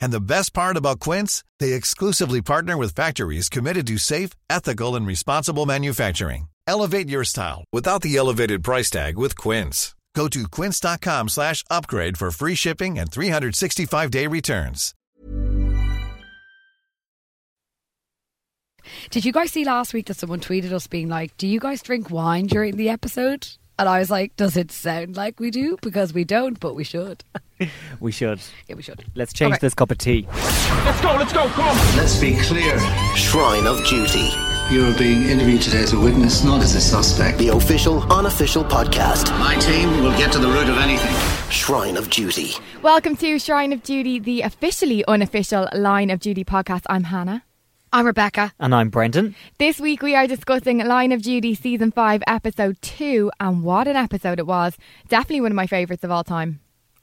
And the best part about Quince, they exclusively partner with factories committed to safe, ethical, and responsible manufacturing. Elevate your style without the elevated price tag with Quince. Go to quince.com slash upgrade for free shipping and 365-day returns. Did you guys see last week that someone tweeted us being like, do you guys drink wine during the episode? And I was like, does it sound like we do? Because we don't, but we should. We should. Yeah, we should. Let's change Okay. this cup of tea. Let's go, let's go, come on. Let's be clear. Shrine of Duty, You're being interviewed today as a witness, not as a suspect. the official, unofficial podcast. My team will get to the root of anything. Shrine of Duty. Welcome to Shrine of Duty, the officially unofficial Line of Duty podcast. I'm Hannah. I'm Rebecca. And I'm Brendan. This week we are discussing Line of Duty Season 5, Episode 2, and what an episode it was. Definitely one of my favourites of all time.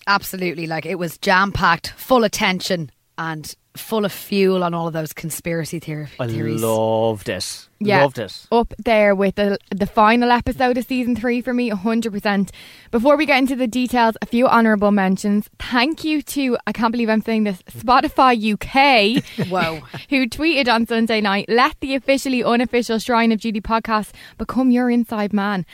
Absolutely. Like it was jam packed, full of tension and full of fuel on all of those conspiracy theor- I theories. loved it. Yeah, Loved it. Up there with the, the final episode of Season 3 for me, 100%. Before we get into the details, a few honourable mentions. Thank you to, I can't believe I'm saying this, Spotify UK. Whoa. who tweeted on Sunday night, let the officially unofficial Shrine of Duty podcast become your inside man.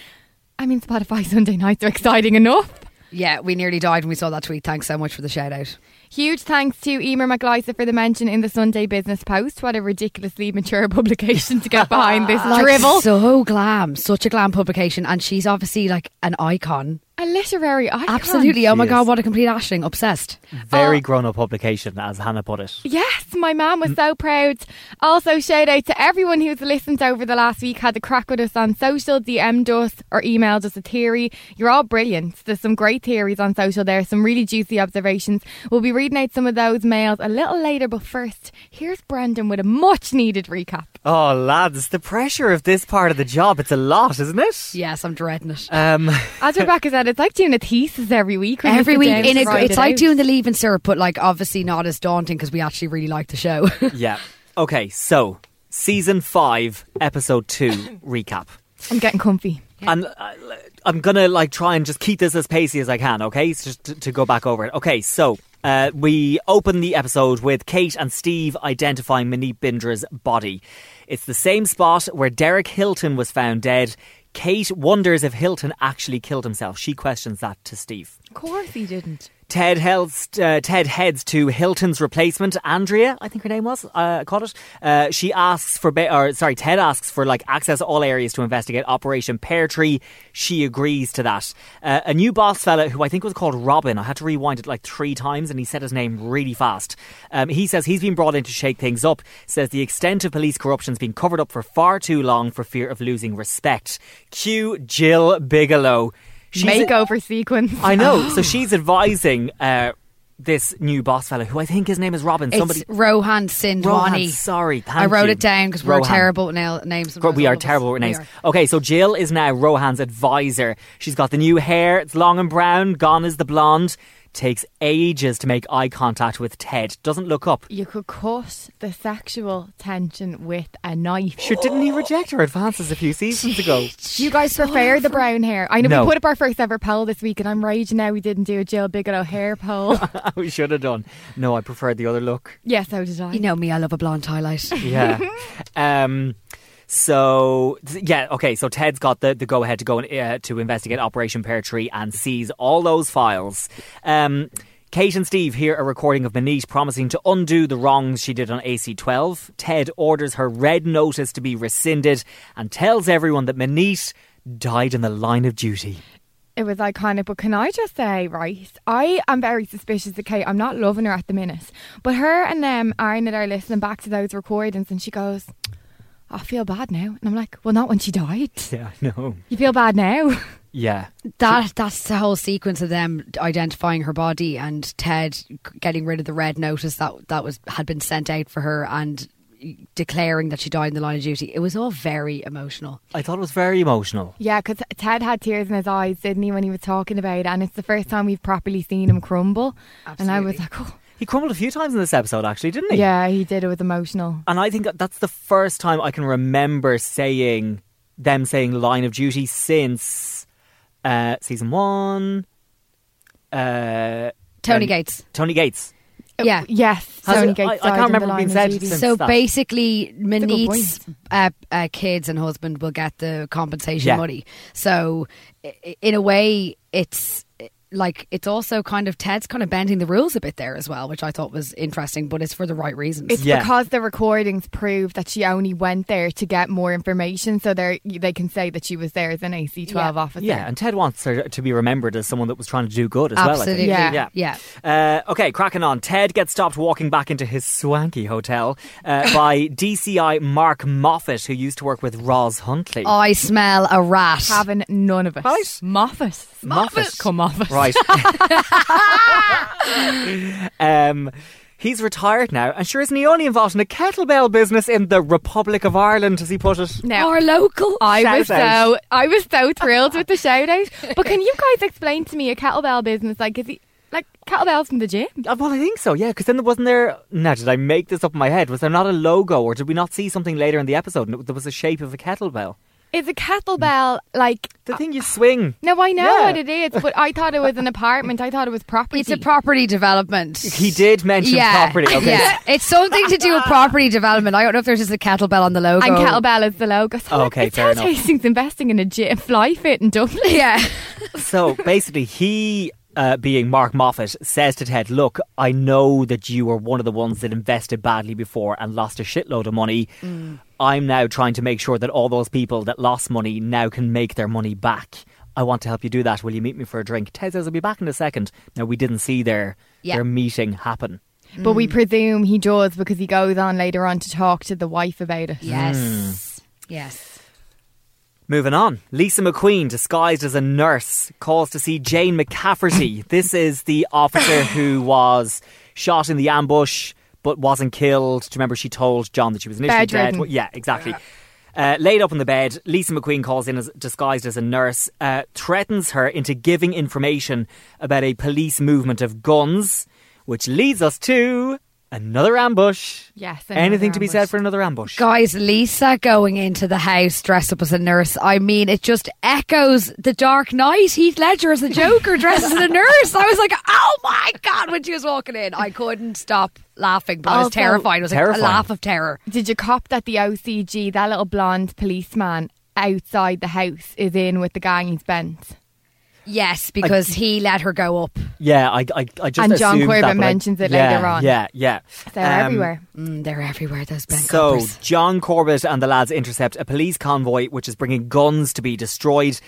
I mean, Spotify Sunday nights are exciting enough. yeah, we nearly died when we saw that tweet. Thanks so much for the shout out. Huge thanks to Emer McLeisa for the mention in the Sunday Business Post. What a ridiculously mature publication to get behind this Like, drivel. So glam. Such a glam publication. And she's obviously like an icon. A literary icon. Absolutely. Oh my She God, is. what a complete ashling. Obsessed. Very grown up publication, as Hannah put it. Yes, my mum was so proud. Also, shout out to everyone who's listened over the last week, had a crack with us on social, DM'd us or emailed us a theory. You're all brilliant. There's some great theories on social there, some really juicy observations. We'll be reading out some of those mails a little later, but first, here's Brendan with a much needed recap. Oh, lads, the pressure of this part of the job, it's a lot, isn't it? Yes, I'm dreading it. Um, As Rebecca said, it's like doing a thesis every week. when you Every sit week, down in to a, write it's it like out. doing the leaving syrup, but like obviously not as daunting because we actually really like the show. yeah. Okay, so season five, episode two recap. I'm getting comfy. And uh, I'm gonna like try and just keep this as pacey as I can, okay? So just to, to go back over it. Okay, so uh, we open the episode with Kate and Steve identifying Mini Bindra's body. It's the same spot where Derek Hilton was found dead. Kate wonders if Hilton actually killed himself. She questions that to Steve. Of course he didn't. Ted, heads, uh, Ted heads to Hilton's replacement, Andrea, I think her name was. Uh, caught it. Uh, she asks for, ba- or sorry, Ted asks for like access to all areas to investigate Operation Pear Tree. She agrees to that. Uh, a new boss fella who I think was called Robin. I had to rewind it like three times, and he said his name really fast. Um, he says he's been brought in to shake things up. Says the extent of police corruption's been covered up for far too long for fear of losing respect. Cue Jill Bigelow. She's a- Makeover sequence. I know. Oh. So she's advising uh, this new boss fella, who I think his name is Robin. Somebody. it's Rohan Sindwani. Rohan, sorry, I thank wrote you. it down because we're Rohan. terrible at nail- names. Gr- sometimes, We all are of us. terrible with We names. are. Okay, so Jill is now Rohan's advisor. She's got the new hair. It's long and brown. Gone is the blonde. Takes ages to make eye contact with Ted. Doesn't look up. You could cut the sexual tension with a knife. Sure, didn't he reject her advances a few seasons ago? Do you guys prefer the brown hair? I know No. we put up our first ever poll this week, and I'm raging now we didn't do a Jill Bigelow hair poll. we should have done. No, I preferred the other look. yes, so did I. You know me, I love a blonde highlight. Yeah. um. So th- yeah, okay. So Ted's got the, the go ahead to go and uh, to investigate Operation Pear Tree and seize all those files. Um. Kate and Steve hear a recording of Manit promising to undo the wrongs she did on AC12. Ted orders her red notice to be rescinded and tells everyone that Manit died in the line of duty. It was iconic, but can I just say, right? I am very suspicious of Kate. I'm not loving her at the minute. But her and um, Arnett are listening back to those recordings, and she goes, I feel bad now. And I'm like, well, not when she died. Yeah, no. You feel bad now? Yeah. That that's the whole sequence of them identifying her body and Ted getting rid of the red notice that that was had been sent out for her and declaring that she died in the line of duty. It was all very emotional. I thought it was very emotional. Yeah, because Ted had tears in his eyes, didn't he, when he was talking about it? And it's the first time we've properly seen him crumble. And I was Absolutely. like, oh. He crumbled a few times in this episode, actually, didn't he? Yeah, he did. It was emotional. And I think that that's the first time I can remember saying them saying line of duty since uh, season one. Uh, Tony Um, Gates. Tony Gates. Oh, Yeah. Yes. Has Tony it- Gates I- I can't died in the remember it line being of said duty. since- So that. basically, good Manit's uh, uh, kids and husband will get the compensation Yeah. money. So, i- i- in a way, it's uh, like it's also kind of Ted's kind of bending the rules a bit there as well, which I thought was interesting, but it's for the right reasons. It's Yeah. because the recordings prove that she only went there to get more information, so they they can say that she was there as an AC12 Yeah. officer. Yeah, and Ted wants her to be remembered as someone that was trying to do good as well. I think. Absolutely. Yeah. yeah. yeah. Uh, okay, cracking on. Ted gets stopped walking back into his swanky hotel uh, by DCI Mark Moffat, who used to work with Roz Huntley. I smell a rat. having none of it. Right. Moffat. Moffat. Come Moffat. Right. um, he's retired now, and sure isn't he only involved in a kettlebell business in the Republic of Ireland, as he put it? Now, Our local. I Shout was out. so I was so thrilled with the shout out. But can you guys explain to me a kettlebell business? Like, is he like kettlebells from the gym? Uh, Well, I think so, yeah. Because then there wasn't there. Now, did I make this up in my head? Was there not a logo, or did we not see something later in the episode? And it, there was a shape of a kettlebell. Is a kettlebell like? The thing you swing. No, I know Yeah. what it is, but I thought it was an apartment. I thought it was property. It's a property development. He did mention property. Okay. Yeah. It's something to do with property development. I don't know if there's just a kettlebell on the logo. and kettlebell is the logo. So like, Oh, Okay, it's fair Ted enough. Hastings investing in a gym, fly fit in Dublin. Yeah. So basically, he, uh, being Mark Moffat, says to Ted, Look, I know that you were one of the ones that invested badly before and lost a shitload of money. I'm now trying to make sure that all those people that lost money now can make their money back. I want to help you do that. Will you meet me for a drink? Ted says, I'll be back in a second. Now, we didn't see their, Yeah. their meeting happen. But Mm. we presume he does because he goes on later on to talk to the wife about it. Yes. Hmm. Yes. Moving on, Lisa McQueen, disguised as a nurse, calls to see Jane McCafferty. this is the officer who was shot in the ambush but wasn't killed. Do you remember she told John that she was initially dead? Bedridden. Well, yeah, exactly. Uh, laid up on the bed, Lisa McQueen calls in as disguised as a nurse, uh, threatens her into giving information about a police movement of guns, which leads us to another ambush. Yes, another anything to be said ambush. for another ambush? Guys, Lisa going into the house dressed up as a nurse. I mean, it just echoes the Dark Knight. Heath Ledger as the Joker dressed as a nurse. I was like, oh my God, when she was walking in. I couldn't stop laughing, but I was Also- terrified. It was like a Terrifying. laugh of terror. Did you cop that the OCG, that little blonde policeman outside the house, is in with the gang he's bent? Yes, because he let her go up. Yeah, I, I, I just And John assumed that, Corbett but I- mentions it yeah, later on. Yeah, yeah. They're Um, everywhere. Mm, they're everywhere, those bank So robbers. John Corbett and the lads intercept a police convoy which is bringing guns to be destroyed.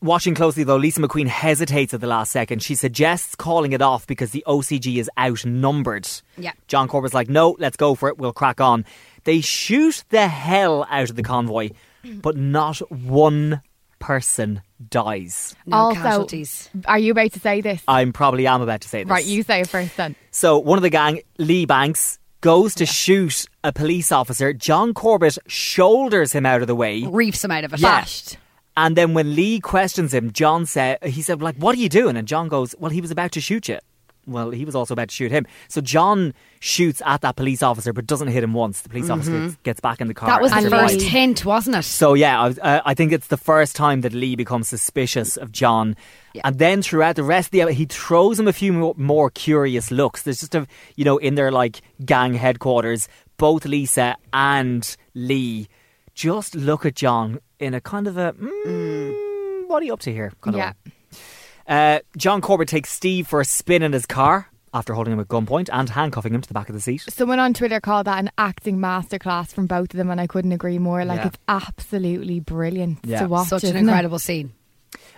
Watching closely though, Lisa McQueen hesitates at the last second. She suggests calling it off because the OCG is outnumbered. Yeah. John Corbett's like, "No, let's go for it. We'll crack on." They shoot the hell out of the convoy, but not one person dies. No also, casualties. Are you about to say this? I'm probably am about to say this. right, you say it first then. So one of the gang, Lee Banks, goes to shoot a police officer. John Corbett shoulders him out of the way. Reefs him out of a Yeah. flash. And then when Lee questions him, John said he said, like, what are you doing? And John goes, Well, he was about to shoot you. Well, he was also about to shoot him. So John shoots at that police officer but doesn't hit him once. The police officer gets, gets back in the car. Mm-hmm. That was and the And survives. first Lee- hint, wasn't it? So yeah, I, was- uh, I think it's the first time that Lee becomes suspicious of John, and then throughout the rest of the episode, he throws him a few more, more curious looks. There's just a you know in their like gang headquarters, both Lisa and Lee just look at John in a kind of a mm, what are you up to here? Kind Yeah. of way. Uh, John Corbett takes Steve for a spin in his car after holding him at gunpoint and handcuffing him to the back of the seat. Someone on Twitter called that an acting masterclass from both of them, and I couldn't agree more. Like, Yeah. it's absolutely brilliant Yeah. to watch. Such an isn't it? incredible scene.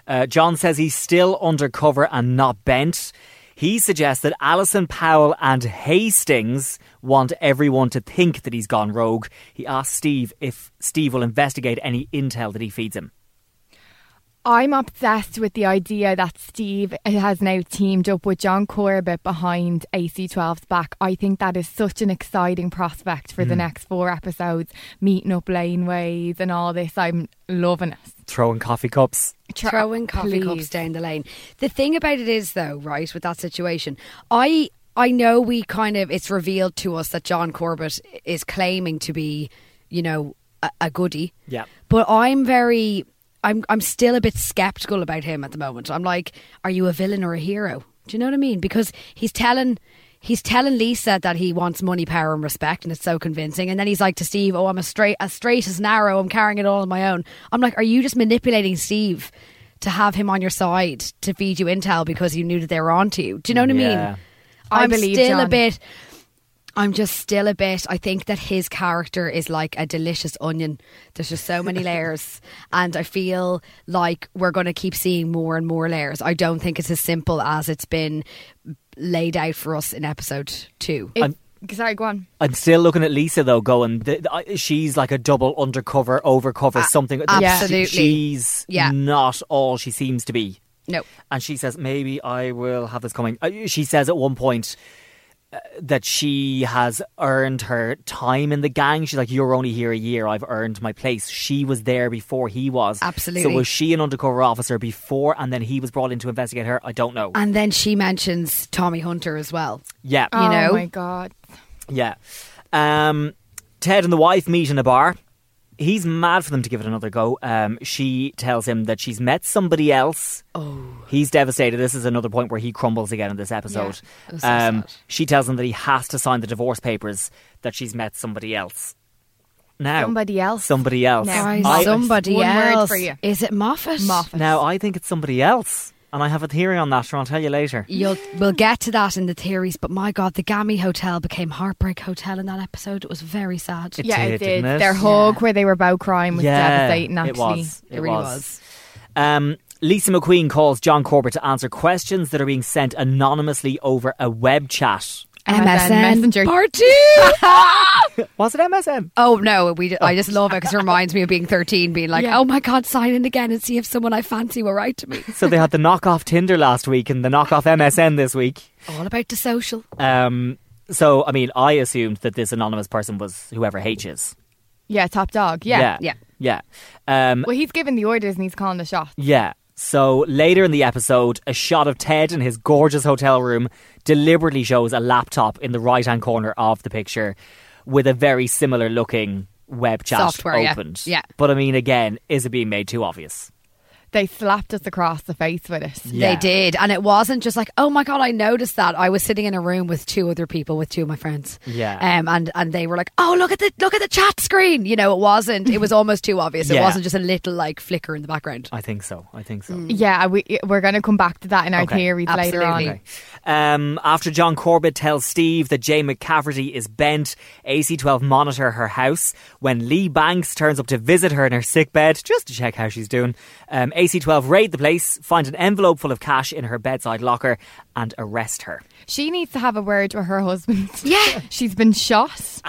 Uh, John says he's still undercover and not bent. He suggests that Alison Powell and Hastings want everyone to think that he's gone rogue. He asks Steve if Steve will investigate any intel that he feeds him. I'm obsessed with the idea that Steve has now teamed up with John Corbett behind AC12's back. I think that is such an exciting prospect for the Hmm. next four episodes, meeting up laneways and all this. I'm loving it. Throwing coffee cups. Tra- throwing coffee please. cups down the lane. The thing about it is, though, right, with that situation, I I know we kind of it's revealed to us that John Corbett is claiming to be, you know, a, a goodie. Yeah. But I'm very, I'm I'm still a bit skeptical about him at the moment. I'm like, are you a villain or a hero? Do you know what I mean? Because he's telling. He's telling Lisa that he wants money, power, and respect, and it's so convincing. And then he's like to Steve, "Oh, I'm as straight as straight as an arrow. I'm carrying it all on my own." I'm like, "Are you just manipulating Steve to have him on your side to feed you intel because you knew that they were onto you?" Do you know what I Yeah. mean? I I'm believe still a John. bit. I'm just still a bit. I think that his character is like a delicious onion. There's just so many layers, and I feel like we're going to keep seeing more and more layers. I don't think it's as simple as it's been laid out for us in episode two. It- I'm- sorry, go on. I'm still looking at Lisa though, going, th- th- I- she's like a double undercover, overcover, something. Th- she- absolutely. She's Yeah. not all she seems to be. No, And she says, maybe I will have this coming. Uh, She says at one point uh, that she has earned her time in the gang. She's like, you're only here a year. I've earned my place. She was there before he was. So Absolutely. was she an undercover officer before and then he was brought in to investigate her? I don't know. and then she mentions Tommy Hunter as well. yeah. You know? oh my god. Yeah. Um, Ted and the wife meet in a bar. He's mad for them to give it another go. Um, she tells him that she's met somebody else. Oh. He's devastated. This is another point where he crumbles again in this episode. Um, Yeah, that's so sad. she tells him that he has to sign the divorce papers that she's met somebody else. Now, Somebody else. Somebody else. No. Guys, I- somebody One word else. for you. Is it Moffat? Moffat. now, I think it's somebody else. And I have a theory on that, and I'll tell you later. You'll we'll get to that in the theories, but my God, the Gammy Hotel became Heartbreak Hotel in that episode. It was very sad. It yeah, did, it did. didn't it? Their hug where they were bow crying was devastating. it Actually, was. It really was. Um, Lisa McQueen calls John Corbett to answer questions that are being sent anonymously over a web chat. MSN Messenger. part two. Was it MSM? oh no, we! I just love it because it reminds me of being thirteen, being like, Yeah. "Oh my God, sign in again and see if someone I fancy will write to me." So they had the knockoff Tinder last week and the knockoff MSN this week. All about the social. Um, so, I mean, I assumed that this anonymous person was whoever H is. yeah, top dog. Yeah. Yeah. Yeah. Um, Well, he's giving the orders and he's calling the shots. yeah. So later in the episode, a shot of Ted in his gorgeous hotel room deliberately shows a laptop in the right hand corner of the picture with a very similar looking web chat Software, yeah. opened. Yeah. But I mean, again, is it being made too obvious? They slapped us across the face with it. Yeah. They did, and it wasn't just like, "Oh my God, I noticed that." I was sitting in a room with two other people, with two of my friends. Yeah. um, and and they were like, "Oh, look at the look at the chat screen." You know, it wasn't. It was almost too obvious. It Yeah. wasn't just a little like flicker in the background. I think so. I think so. Yeah, we, we're going to come back to that in our Okay, theories later on. absolutely. Okay. Um, after John Corbett tells Steve that Jay McCafferty is bent, AC12 monitor her house. When Lee Banks turns up to visit her in her sickbed, just to check how she's doing, um, AC12 raid the place, find an envelope full of cash in her bedside locker, and arrest her. She needs to have a word with her husband. Yeah. She's been shot.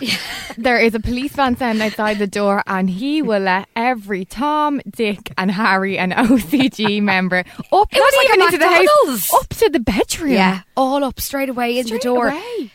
there is a police van standing outside the door, and he will let every Tom, Dick, and Harry and OCG member up. It not was like a even into the house, McDonald's. up to the bedroom. Yeah, all up straight away in Straight the door. away.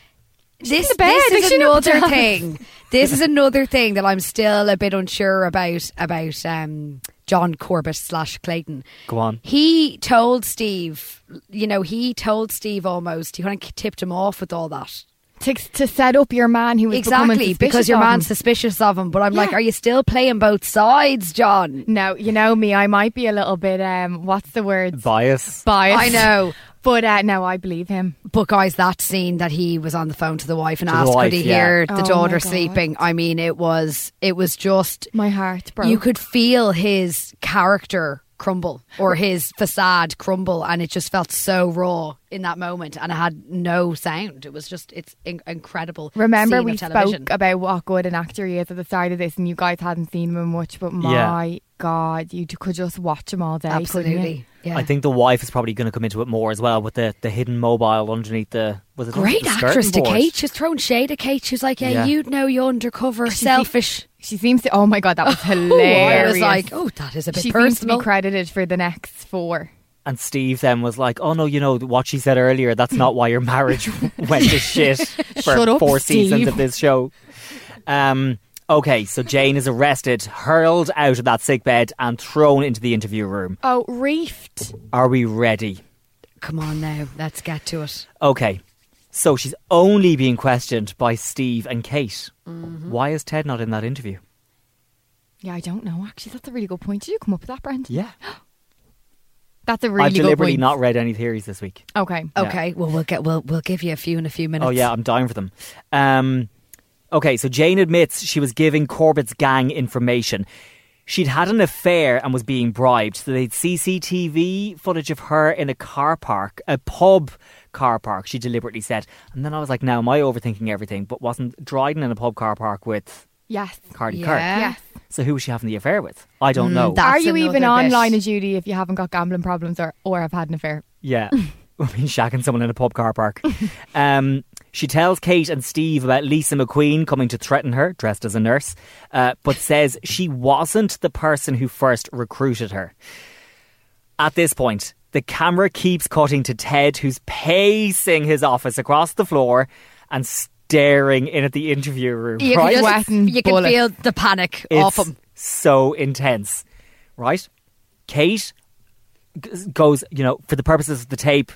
This, in the bed, like, this is she never another does. thing. This is another thing that I'm still a bit unsure about about um, John Corbett slash Clayton. Go on. He told Steve, you know, he told Steve almost. He kind of tipped him off with all that. To, to set up your man who was becoming Exactly, suspicious because your of him. man's suspicious of him. But I'm like, Yeah. are you still playing both sides, John? No, you know me. I might be a little bit. Um, what's the word? Bias. Biased. I know. But uh, no, I believe him. But guys, that scene that he was on the phone to the wife and To the asked wife, could he yeah. hear Oh the my daughter God. sleeping. I mean, it was it was just My heart broke. you could feel his character crumble or his facade crumble, and it just felt so raw in that moment, and it had no sound. It was just it's in- incredible. Remember, scene we of television. spoke about what good an actor he is at the start of this, and you guys hadn't seen him much, but Yeah. my God, you d- could just watch him all day. couldn't you? Absolutely, Yeah. I think the wife is probably going to come into it more as well with the, the hidden mobile underneath the. Was it Great the skirting actress to board? Kate. She's thrown shade at Kate. She's like, yeah, Yeah. you'd know you're undercover, selfish. She seems to. Oh my god, that was Oh, I hilarious. was like, oh, that is a bit she seems to personal. be credited for the next four. And Steve then was like, "Oh no, you know what she said earlier. That's not why your marriage went to shit for Shut up, four Steve. seasons of this show." Um, okay, so Jane is arrested, hurled out of that sick bed, and thrown into the interview room. Oh, reefed. Are we ready? Come on now, let's get to it. Okay, so she's only being questioned by Steve and Kate. Mm-hmm. Why is Ted not in that interview? Yeah, I don't know. Actually, that's a really good point. Did you come up with that, Brent? Yeah, That's a really I've deliberately good point. not read any theories this week. Okay. Okay, well we'll get we'll we'll give you a few in a few minutes. Oh yeah, I'm dying for them. Um, okay, so Jane admits she was giving Corbett's gang information. She'd had an affair and was being bribed. So they'd CCTV footage of her in a car park, a pub car park. She deliberately said, and then I was like, "Now am I overthinking everything?" But wasn't Dryden in a pub car park with Yes. Cardi Yeah. Mm, Kirk? Yes. So who was she having the affair with? I don't know. that- Are That's you even another bit. online, Judy, if you haven't got gambling problems or, or have had an affair? Yeah. I mean, shacking someone in a pub car park. um, she tells Kate and Steve about Lisa McQueen coming to threaten her, dressed as a nurse, uh, but says she wasn't the person who first recruited her. At this point, the camera keeps cutting to Ted, who's pacing his office across the floor and staring in at the interview room. you right? can, just, Sweating you can bullets. feel the panic off It's him. so intense, right? Kate g- goes, you know, for the purposes of the tape,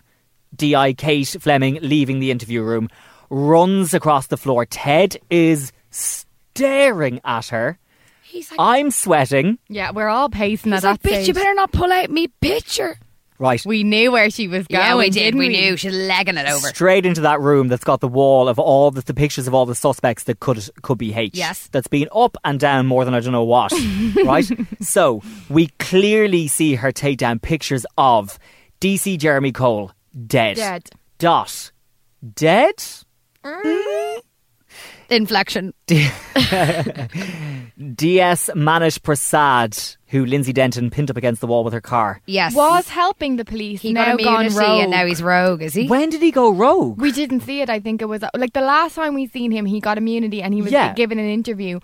DI Kate Fleming leaving the interview room, runs across the floor. Ted is staring at her. He's like, I'm sweating. Yeah, we're all pacing he's at like that bitch, you stage. better not pull out me picture. Right. We knew where she was going. yeah, we did. didn't We knew she's legging it over. Straight into that room that's got the wall of all the, the pictures of all the suspects that could could be H. Yes. That's been up and down more than I don't know what. right? So we clearly see her take down pictures of DC Jeremy Cole dead. Dead. Dot. Dead? Inflection. DS Manish Prasad, who Lindsay Denton pinned up against the wall with her car. Yes, Was helping the police. he now got gone immunity rogue. and now he's rogue? Is he? When did he go rogue? We didn't see it. I think it was like the last time we seen him, he got immunity and he was Yeah. given an interview.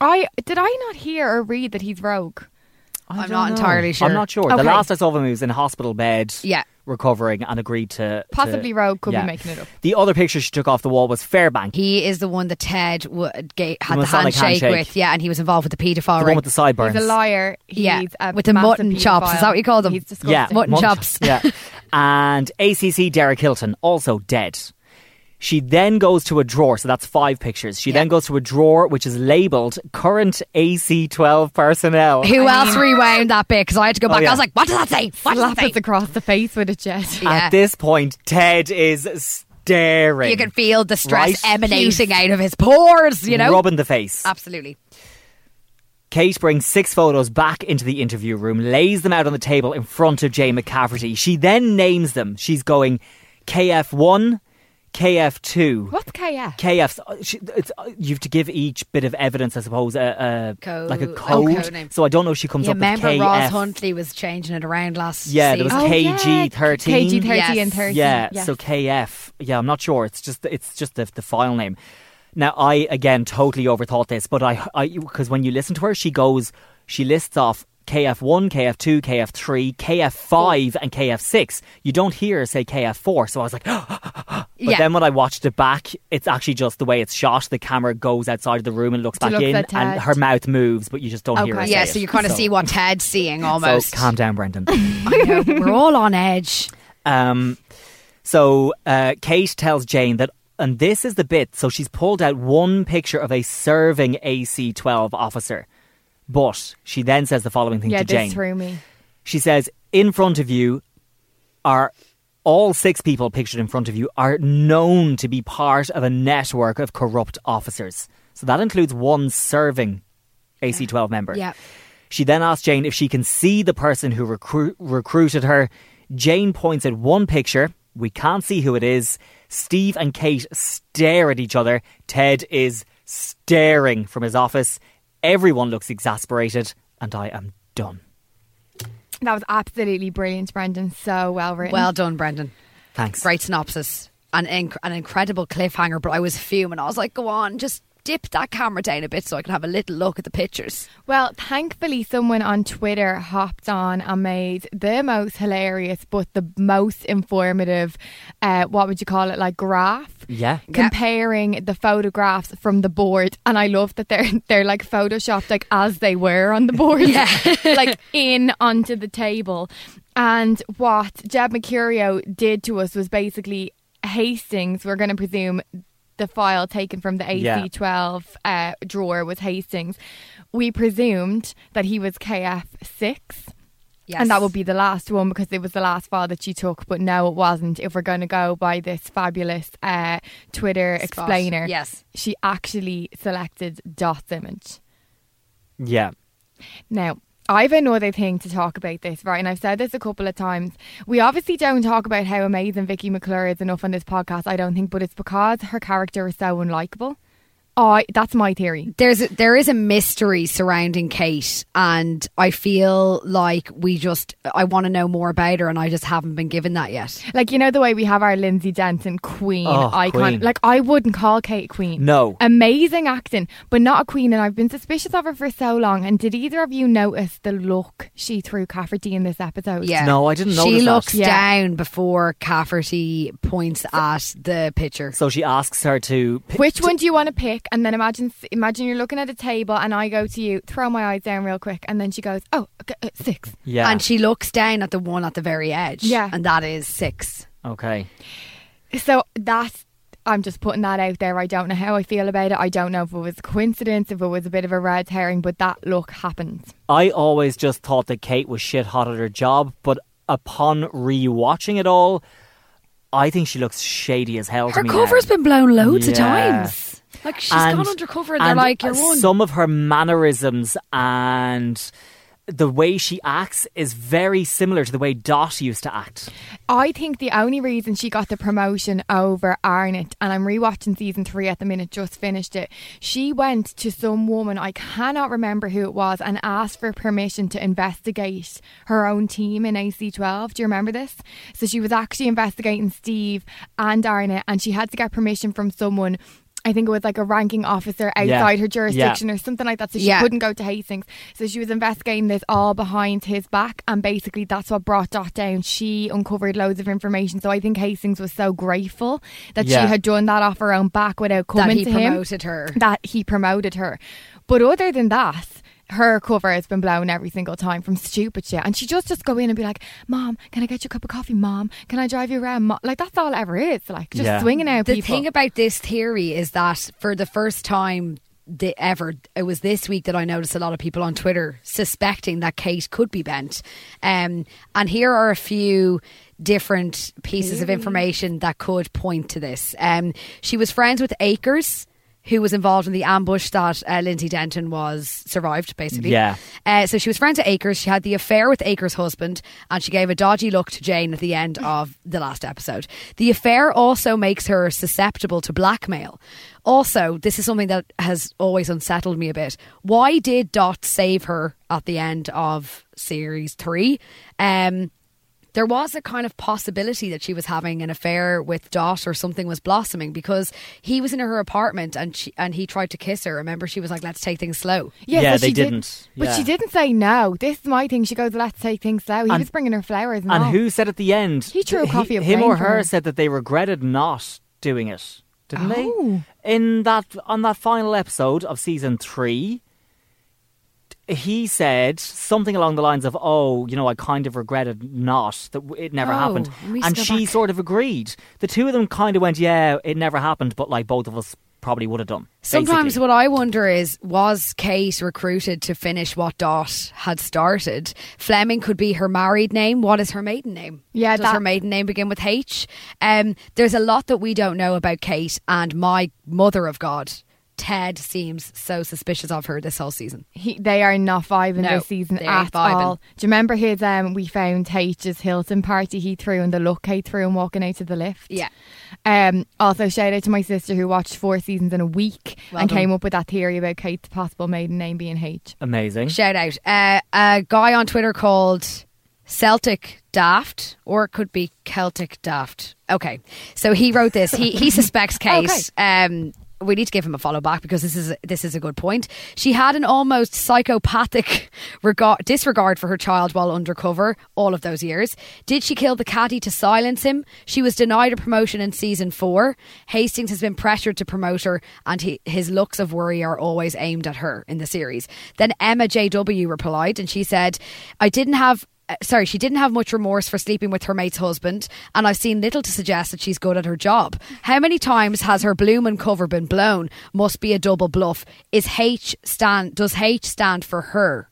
I did I not hear or read that he's rogue? I I'm don't not entirely sure. Oh, I'm not sure. The Okay. last I saw of him, he was in a hospital bed. Yeah. Recovering and agreed to. Possibly to, rogue. Could yeah. be making it up. The other picture she took off the wall was Fairbank, He is the one that Ted w- ga- had the, Masonic handshake, handshake. with, yeah, and he was involved with the paedophile the ring. one with the sideburns. He's a liar. He's Yeah, a with the massive mutton chops, is that what you call them? He's disgusting. yeah, Mutton chops. Yeah, and ACC Derek Hilton also dead. She then goes to a drawer, so that's five pictures. She then goes to a drawer which is labeled current AC12 personnel. Who else rewound that bit? Because I had to go back. Oh, yeah. I was like, what does that say? What does Slap that say? us across the face with a jet. Yeah. At this point, Ted is staring. You can feel the stress Right. emanating out of his pores, you know? rubbing the face. Absolutely. Kate brings six photos back into the interview room, lays them out on the table in front of Jay McCafferty. She then names them. She's going KF1, KF2. What's KF? KF's. uh, she- It's, uh, you have to give each bit of evidence, I suppose, a, a Co- like a a code. codename. so I don't know if she comes You up with remember KF. Ross Huntley was changing it around last Yeah, there was season? Oh, yeah. KG13. KG thirty Yes. and thirty. yeah, Yes. so KF. Yeah, I'm not sure. It's just it's just the, the file name. Now I again totally overthought this, but I I because when you listen to her, she goes she lists off KF1, KF2, KF3, KF5, and KF6. You don't hear her say KF4, so I was like, But Yeah. then when I watched it back, it's actually just the way it's shot. The camera goes outside of the room and looks back looks in, at and Ted. her mouth moves, but you just don't hear her. Okay. say Yeah, it. so you kind of see what Ted's seeing almost. So calm down, Brendan. I know, we're all on edge. um, so uh, Kate tells Jane that, and this is the bit. So she's pulled out one picture of a serving AC12 officer, but she then says the following thing Yeah, to Jane. this threw me. She says, in front of you are all six people pictured in front of you are known to be part of a network of corrupt officers. So that includes one serving AC12 member. Yeah. She then asks Jane if she can see the person who recru- recruited her. Jane points at one picture. We can't see who it is. Steve and Kate stare at each other. Ted is staring from his office. Everyone looks exasperated, and I am done. That was absolutely brilliant, Brendan. So well written. Well done, Brendan. Thanks. Great synopsis. An, inc- an incredible cliffhanger, but I was fuming. I was like, go on, just dip that camera down a bit so I can have a little look at the pictures. Well, thankfully, someone on Twitter hopped on and made the most hilarious, but the most informative, uh, what would you call it, like graph? Yeah. Comparing the photographs from the board, and I love that they're they're like photoshopped like as they were on the board, yeah. like in onto the table. And what Jeb Mercurio did to us was basically Hastings. We're going to presume the file taken from the AC Yeah. 12 uh, drawer was Hastings. We presumed that he was KF6. Yes. And that would be the last one because it was the last file that she took, but no, it wasn't. If we're going to go by this fabulous uh, Twitter Spot. explainer, Yes. she actually selected Dot's image. Yeah. Now, I've another thing to talk about this, right? And I've said this a couple of times. We obviously don't talk about how amazing Vicky McClure is enough on this podcast, I don't think, but it's because her character is so unlikable. I that's my theory. there's a, there is a mystery surrounding Kate, and I feel like we just I want to know more about her, and I just haven't been given that yet. Like you know the way we have our Lindsay Denton queen Oh, icon. queen. Like I wouldn't call Kate queen. No. Amazing acting, but not a queen, and I've been suspicious of her for so long. And did either of you notice the look she threw Cafferty in this episode? Yeah, No, I didn't She notice that. looks Yeah. down before Cafferty points at the picture. So she asks her to. Pick, Which one do you want to pick? And then imagine imagine you're looking at a table, and I go to you, throw my eyes down real quick, and then she goes, "Oh, okay, uh, six. yeah. And she looks down at the one at the very edge. Yeah. And that is six. okay. So that's I'm just putting that out there. I don't know how I feel about it. I don't know if it was a coincidence, if it was a bit of a red herring, but that look happened. I always just thought that Kate was shit hot at her job, but upon rewatching it all, I think she looks shady as hell. to Her me cover's now. been blown loads of Yeah. times. Like she's gone undercover um, and, and, they're like, uh, You're one. Some of her mannerisms and the way she acts is very similar to the way Dot used to act. I think the only reason she got the promotion over Arnott, and I'm rewatching season three at the minute, just finished it. She went to some woman, I cannot remember who it was, and asked for permission to investigate her own team in AC12. Do you remember this? So she was actually investigating Steve and Arnott, and she had to get permission from someone. I think it was like a ranking officer Yeah. outside her Yeah. jurisdiction or something like that. So she Yeah. couldn't go to Hastings. So she was investigating this all behind his back, and basically that's what brought Dot down. She uncovered loads of information. So I think Hastings was so grateful that Yeah. she had done that off her own back without that coming he to promoted him. her. That he promoted her. But other than that, her cover has been blown every single time from stupid shit, and she just just go in and be like, "Mom, can I get you a cup of coffee? Mom, can I drive you around? Mom? Like that's all it ever is. Like just Yeah. swinging out the people. thing about this theory is that for the first time the, ever, it was this week that I noticed a lot of people on Twitter suspecting that Kate could be bent. Um, and here are a few different pieces of information that could point to this. Um, she was friends with Akers. Who was involved in the ambush that uh, Lindsay Denton was survived, basically. Yeah. Uh, so she was friends with Akers. She had the affair with Akers' husband, and she gave a dodgy look to Jane at the end of the last episode. The affair also makes her susceptible to blackmail. Also, this is something that has always unsettled me a bit. Why did Dot save her at the end of series three? Um, there was a kind of possibility that she was having an affair with Dot or something was blossoming because he was in her apartment and she, and he tried to kiss her. Remember, she was like, "Let's take things slow." Yeah, so they she did- didn't. But she Yeah. didn't say no. This is my thing. She goes, "Let's take things slow." He And- was bringing her flowers, and, And all. who said at the end? He threw a th- coffee of Him blame or for her her. said that they regretted not doing it, didn't Oh. they? In that on that final episode of season three, he said something along the lines of, "Oh, you know, I kind of regretted not that w- it never Oh, happened," we need to and go she back. sort of agreed. The two of them kind of went, "Yeah, it never happened," but like both of us probably would have done. Sometimes basically. what I wonder is was Kate recruited to finish what Dot had started? Fleming could be her married name. What is her maiden name? Yeah, Does that- her maiden name begin with H? Um, there's a lot that we don't know about Kate and my mother of God. Ted seems so suspicious of her this whole season. he, they are not vibing No, this season they at ain't vibing. all. Do you remember his um? We found H's Hilton party he threw and the look he threw and walking out of the lift. Yeah. Um. Also, shout out to my sister who watched four seasons in a week Well and done. came up with that theory about Kate's possible maiden name being H. amazing. Shout out. Uh, a guy on Twitter called Celtic daft, or it could be Celtic daft. Okay, so he wrote this. He he suspects Kate. Um, we need to give him a follow back because this is this is a good point. She had an almost psychopathic regard, disregard for her child while undercover all of those years. Did she kill the caddy to silence him? She was denied a promotion in season four. Hastings has been pressured to promote her, and he, his looks of worry are always aimed at her in the series. Then Emma JW replied, and she said, "I didn't have uh, sorry, she didn't have much remorse for sleeping with her mate's husband, and I've seen little to suggest that she's good at her job. How many times has her bloom and cover been blown? Must be a double bluff. Is H stand? Does H stand for her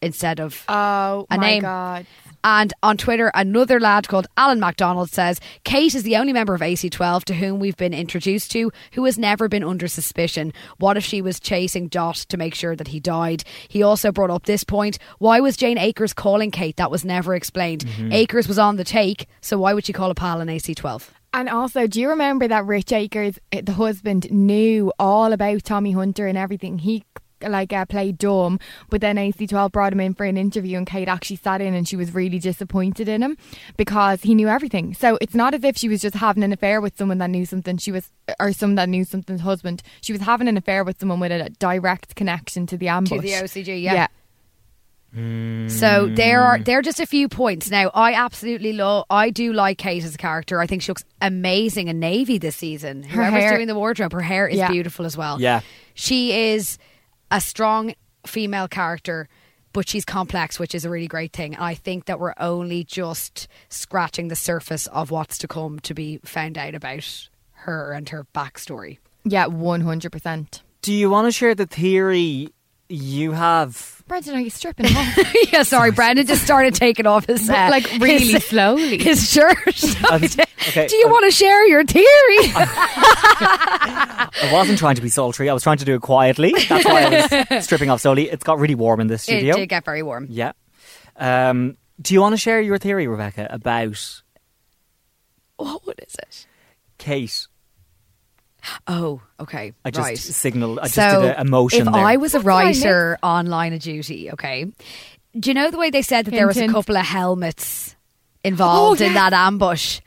instead of Oh a my name? god. And on Twitter, another lad called Alan MacDonald says Kate is the only member of AC12 to whom we've been introduced to who has never been under suspicion. What if she was chasing Dot to make sure that he died? He also brought up this point why was Jane Akers calling Kate? That was never explained. Akers was on the take, so why would she call a pal in AC12? And also, do you remember that Rich Akers, eh, the husband, knew all about Tommy Hunter and everything? He like uh, played dumb, but then AC12 brought him in for an interview, and Kate actually sat in, and she was really disappointed in him because he knew everything. So it's not as if she was just having an affair with someone that knew something. She was, or someone that knew something's husband. She was having an affair with someone with a direct connection to the ambush. To the OCG, yeah. So there are there are just a few points. Now I absolutely love I do like Kate as a character. I think she looks amazing in navy this season. Her Whoever's hair- doing the wardrobe, her hair is Yeah. beautiful as well. Yeah. She is a strong female character, but she's complex, which is a really great thing. I think that we're only just scratching the surface of what's to come to be found out about her and her backstory. Yeah, one hundred percent. Do you want to share the theory you have? Brendan, are you stripping him off? yeah, sorry, Brandon just started taking off his uh, like really his- slowly. his shirt. okay, Do you um, want to share your theory? I wasn't trying to be sultry. I was trying to do it quietly. That's why I was stripping off slowly. It's got really warm in this it studio. did get very warm. Yeah. Um, do you want to share your theory, Rebecca, about Oh, what is it? Kate? Oh, okay. I just right. signaled. I just so did a emotion if there. I was a I meant. writer on Line of Duty, okay, do you know the way they said that there Hint, was a hint. couple of helmets involved Oh, in that ambush?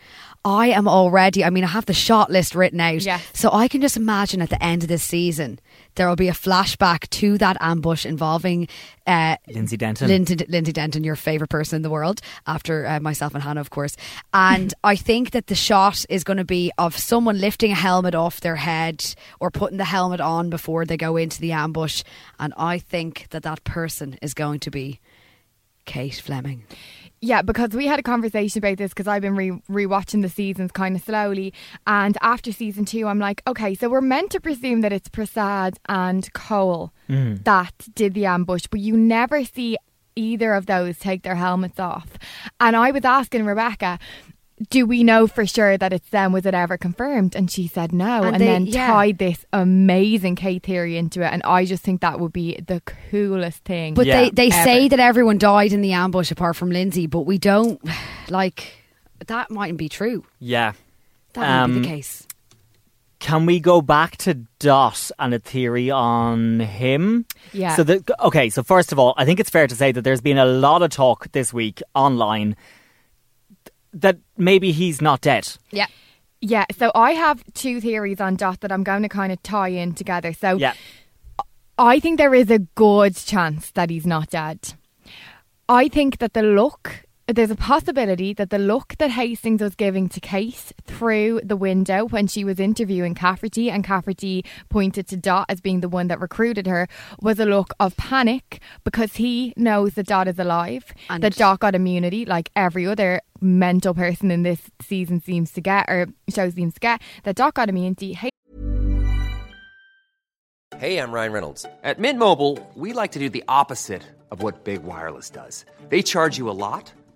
I am already. I mean, I have the shot list written out, Yeah. so I can just imagine at the end of this season there will be a flashback to that ambush involving uh, Lindsay Denton. Lindsay, Lindsay Denton, your favorite person in the world, after uh, myself and Hannah, of course. And I think that the shot is going to be of someone lifting a helmet off their head or putting the helmet on before they go into the ambush. And I think that that person is going to be Kate Fleming. Yeah, because we had a conversation about this because I've been re rewatching the seasons kind of slowly, and after season two, I'm like, okay, so we're meant to presume that it's Prasad and Cole that did the ambush, but you never see either of those take their helmets off. And I was asking Rebecca. Do we know for sure that it's them? Was it ever confirmed? And she said no, And and, they- then yeah. tied this amazing K theory into it. And I just think that would be the coolest thing. But Yeah. they, they say Ever. that everyone died in the ambush apart from Lindsay, but we don't, like, that mightn't be true. yeah. That might be the Um, case. Can we go back to Dot and a theory on him? Yeah. So the okay. So first of all, I think it's fair to say that there's been a lot of talk this week online th- that maybe he's not dead. Yeah. Yeah, so I have two theories on Dot that I'm going to kind of tie in together. Oh. So Yeah. I think there is a good chance that he's not dead. I think that the look, there's a possibility that the look that Hastings was giving to Case through the window when she was interviewing Cafferty, and Cafferty pointed to Dot as being the one that recruited her, was a look of panic because he knows that Dot is alive, And- that Dot got immunity, like every other mental person in this season seems to get, or show seems to get, that Dot got immunity. Hey, I'm Ryan Reynolds. At Mint Mobile, we like to do the opposite of what Big Wireless does. They charge you a lot,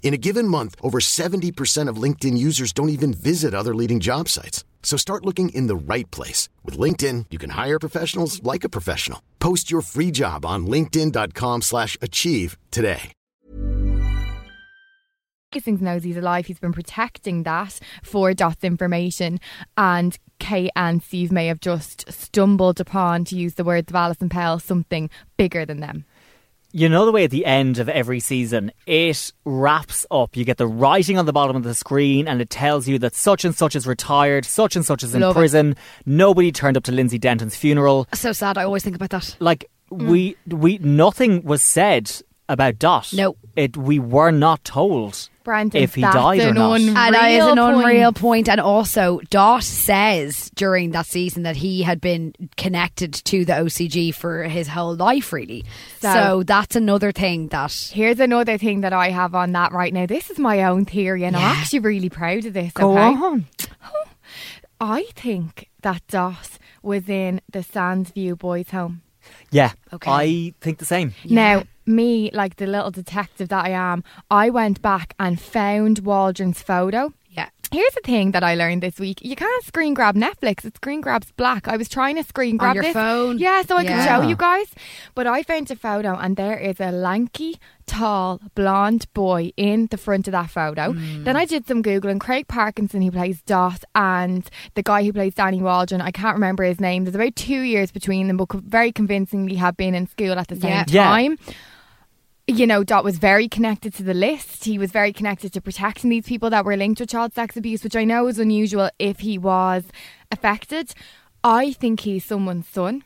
In a given month, over 70% of LinkedIn users don't even visit other leading job sites. So start looking in the right place. With LinkedIn, you can hire professionals like a professional. Post your free job on linkedin.com slash achieve today. Hastings knows he's alive. He's been protecting that for Dot's information. And Kate and Steve may have just stumbled upon, to use the words of Alison Pell, something bigger than them. You know the way at the end of every season, it wraps up. You get the writing on the bottom of the screen, and it tells you that such and such is retired, such and such is in Love it. prison. Nobody turned up to Lindsay Denton's funeral. So sad. I always think about that. Like Mm. we, we nothing was said about Dot. No. it we were not told Brandon, if he that's died or an not. un- And that is Real an point. unreal point. And also, Dot says during that season that he had been connected to the OCG for his whole life, really. So- So, that's another thing that. Here's another thing that I have on that right now. This is my own theory, and I'm Yeah. actually really proud of this. Go okay? on. I think that Dot was in the Sandsview boys' home. Yeah, Okay. I think the same. Now, me, like the little detective that I am, I went back and found Waldron's photo. Yeah. Here's the thing that I learned this week. You can't screen grab Netflix. It screen grabs black. I was trying to screen grab your this. phone. Yeah, so I Yeah. could Ah. show you guys. But I found a photo and there is a lanky, tall, blonde boy in the front of that photo. Hmm. Then I did some Googling. Craig Parkinson, who plays Dot, and the guy who plays Danny Waldron, I can't remember his name. There's about two years between them, but could very convincingly have been in school at the same Yeah. Yeah. time you know, Dot was very connected to the list. He was very connected to protecting these people that were linked with child sex abuse, which I know is unusual if he was affected. I think he's someone's son.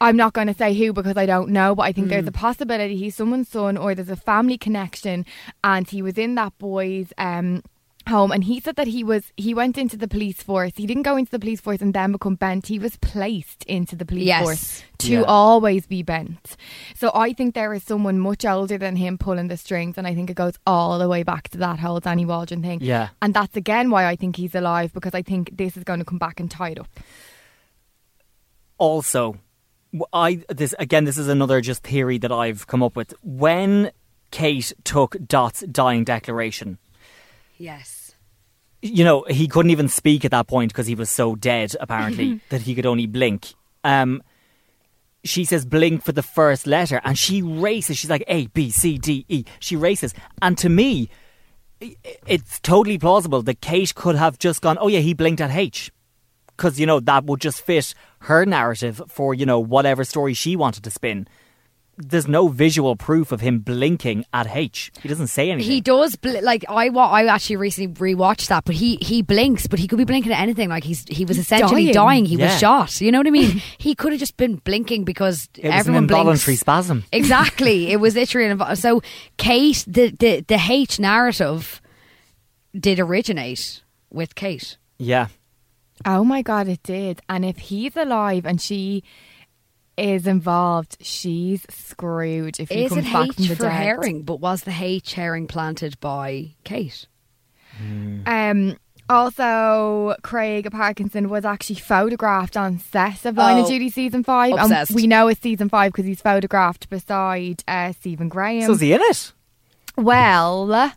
I'm not going to say who because I don't know, but I think there's a possibility he's someone's son or there's a family connection and he was in that boy's um home and he said that he was he went into the police force. He didn't go into the police force and then become bent. He was placed into the police Yes. force to Yeah. always be bent. So I think there is someone much older than him pulling the strings and I think it goes all the way back to that whole Danny Waldron thing. Yeah. And that's again why I think he's alive because I think this is going to come back and tie it up. also w- i this again this is another just theory that i've come up with when kate took dot's dying declaration Yes. you know he couldn't even speak at that point because he was so dead Mm-hmm. apparently that he could only blink um she says blink for the first letter and she races she's like a b c d e she races and to me i- it's totally plausible that kate could have just gone oh yeah he blinked at h because you know that would just fit her narrative for you know whatever story she wanted to spin there's no visual proof of him blinking at h he doesn't say anything He does bl- like I wa- I actually recently rewatched that, but he he blinks, but he could be blinking at anything. Like he's he was essentially dying. dying. He Yeah. was shot. You know what I mean? he could have just been blinking because was an everyone involuntary blinks. spasm. Exactly. it was literally an invo- so Kate the the the H narrative did originate with Kate. yeah Oh my god, it did. And if he's alive and she is involved, she's screwed if he Is comes it back from H the for dead. herring? But was the H herring planted by Kate? Um also, Craig Parkinson was actually photographed on set of Line of Oh. Duty season five. and Obsessed. we know it's season five because he's photographed beside uh, Stephen Graham. so is he in it Well,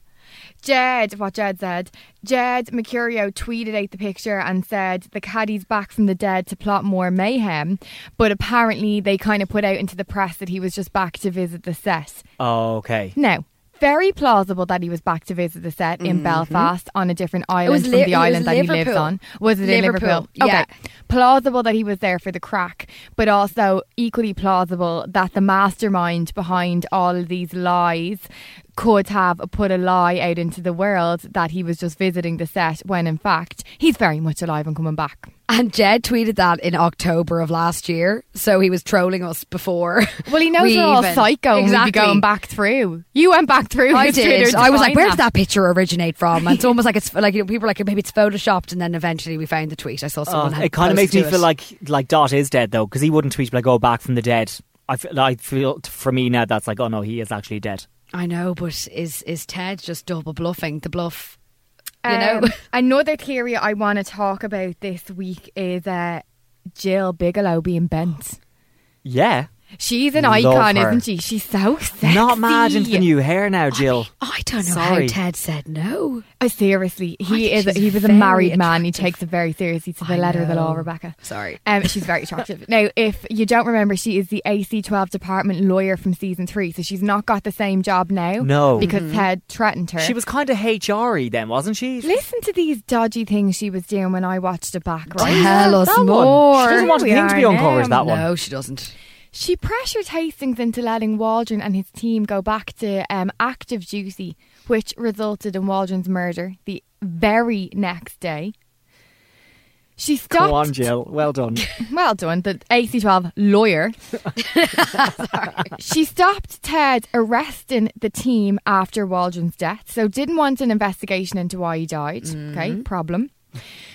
Jed, what Jed said, Jed Mercurio tweeted out the picture and said the caddy's back from the dead to plot more mayhem. But apparently, they kind of put out into the press that he was just back to visit the set. Oh, Okay. Now, very plausible that he was back to visit the set in Belfast on a different island was from Li- Mm-hmm. it the was island that he lives Liverpool. on. Was it in Liverpool, Liverpool? yeah. Okay. Plausible that he was there for the crack, but also equally plausible that the mastermind behind all of these lies could have put a lie out into the world that he was just visiting the set when in fact he's very much alive and coming back. And Jed tweeted that in October of last year, so he was trolling us before. Well, he knows we we're all even- psycho and we'd Exactly. be going back through. You went back through. I his Twitter did. to I was like, find "Where did that picture originate from?" And it's almost like it's like you know, people are like maybe it's photoshopped, and then eventually we found the tweet. I saw someone. Oh, had it kind of makes me posted to feel it. like like Dot is dead though, because he wouldn't tweet like "Go back from the dead." I feel, I feel for me now that's like, oh no, he is actually dead. I know, but is is Ted just double bluffing the bluff? You Um, know, another theory I want to talk about this week is uh, Jill Bigelow being bent. Yeah, She's an Love icon, her. isn't she? She's so sexy. not mad into the new hair now, Jill. Oh, I don't know Sorry. how Ted said no. Uh, seriously, he think is. she's He was a very married man. He attractive. takes it very seriously to the I letter of the law, know. Rebecca. Sorry. Um, she's very attractive. now, if you don't remember, she is the AC12 department lawyer from season three, so she's not got the same job now. No. because Mm-hmm. Ted threatened her. She was kind of HRE then, wasn't she? Listen to these dodgy things she was doing when I watched it back. Right? Tell us That one. more. She doesn't want Here anything to we be are uncovered. now. That one. No, she doesn't. She pressured Hastings into letting Waldron and his team go back to um, active duty, which resulted in Waldron's murder the very next day. She stopped. Go on, Jill. Well done. Well done, the AC12 lawyer. she stopped Ted arresting the team after Waldron's death, so didn't want an investigation into why he died. Okay, problem.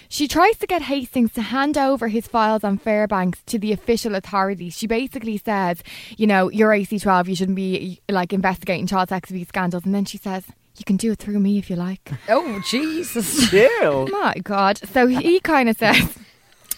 She tries to get Hastings to hand over his files on Fairbanks to the official authorities. She basically says, you know, you're AC12, you shouldn't be like investigating child sex abuse scandals. And then she says, you can do it through me if you like. Oh Jesus! Jill. Oh My God. So he kind of says,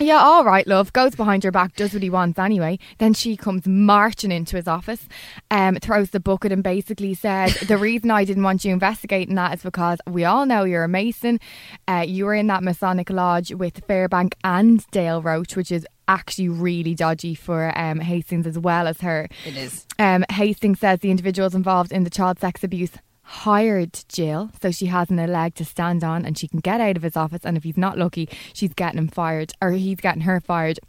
Yeah, all right, love. Goes behind her back, does what he wants anyway. Then she comes marching into his office, um, throws the bucket, and basically said, The reason I didn't want you investigating that is because we all know you're a Mason. Uh, you were in that Masonic Lodge with Fairbank and Dale Roach, which is actually really dodgy for um, Hastings as well as her. it is. Um, Hastings says the individuals involved in the child sex abuse hired Jill, so she has a leg to stand on and she can get out of his office. And if he's not lucky, she's getting him fired, or he's getting her fired.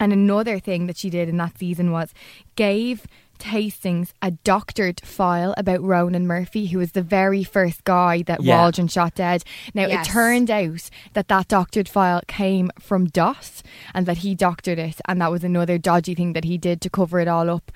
And another thing that she did in that season was gave Hastings a doctored file about Ronan Murphy, who was the very first guy that Yeah. Waldron shot dead. Now, Yes. it turned out that that doctored file came from Dot and that he doctored it. And that was another dodgy thing that he did to cover it all up.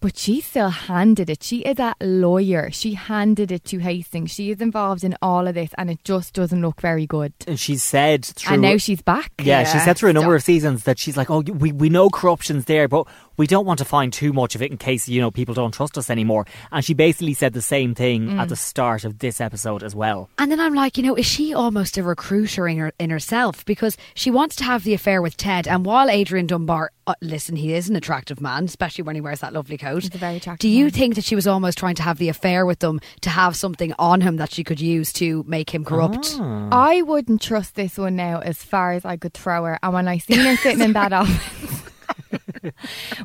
But she still handed it. She is a lawyer. She handed it to Hastings. She is involved in all of this and it just doesn't look very good. And she said through. And now she's back. yeah, she said through a number of seasons that she's like, oh, we, we know corruption's there, but we don't want to find too much of it in case, you know, people don't trust us anymore. And she basically said the same thing Mm. at the start of this episode as well. And then I'm like, you know, is she almost a recruiter in, her, in herself? Because she wants to have the affair with Ted. And while Adrian Dunbar, uh, listen, he is an attractive man, especially when he wears that lovely coat. He's a very attractive Do you man. think that she was almost trying to have the affair with them to have something on him that she could use to make him corrupt? Ah. I wouldn't trust this one now as far as I could throw her. And when I seen her sitting in that office,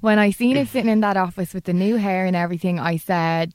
when I seen her sitting in that office with the new hair and everything, I said,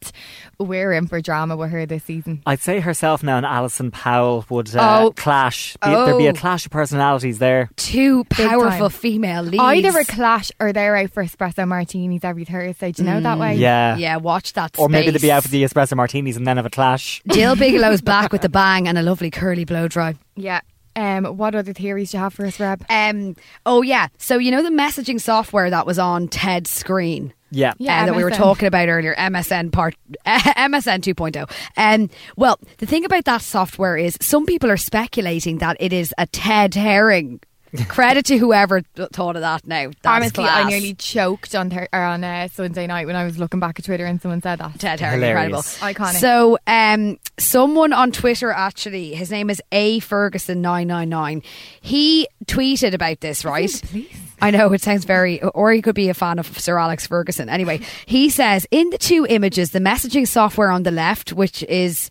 "We're in for drama with her this season." I'd say herself now and Alison Powell would uh, Oh. clash. Be, There'd be a Oh. clash of personalities there. Two powerful time. female leads. Either a clash or they're out for espresso martinis every Thursday. Do you know that way? Yeah. Mm, yeah, watch that. Or maybe they'd be out for space. the espresso martinis and then have a clash. Jill Bigelow's back with a bang and a lovely curly blow dry. Yeah. Um, what other theories do you have for us, Reb? Um, oh yeah, so you know the messaging software that was on Ted's screen. Yeah. Yeah, uh, that we were MSN. talking about earlier, MSN part, MSN 2.0. Um, well, the thing about that software is some people are speculating that it is a Ted Herring. Credit to whoever th- thought of that. Now, that's Honestly, class. I nearly choked on thir- or on uh, Sunday night when I was looking back at Twitter and someone said that. Ted Herring, Hilarious. incredible, Iconic. So, um, someone on Twitter actually, his name is A Ferguson nine nine nine. He tweeted about this, right? I know it sounds very, or he could be a fan of Sir Alex Ferguson. Anyway, he says in the two images, the messaging software on the left, which is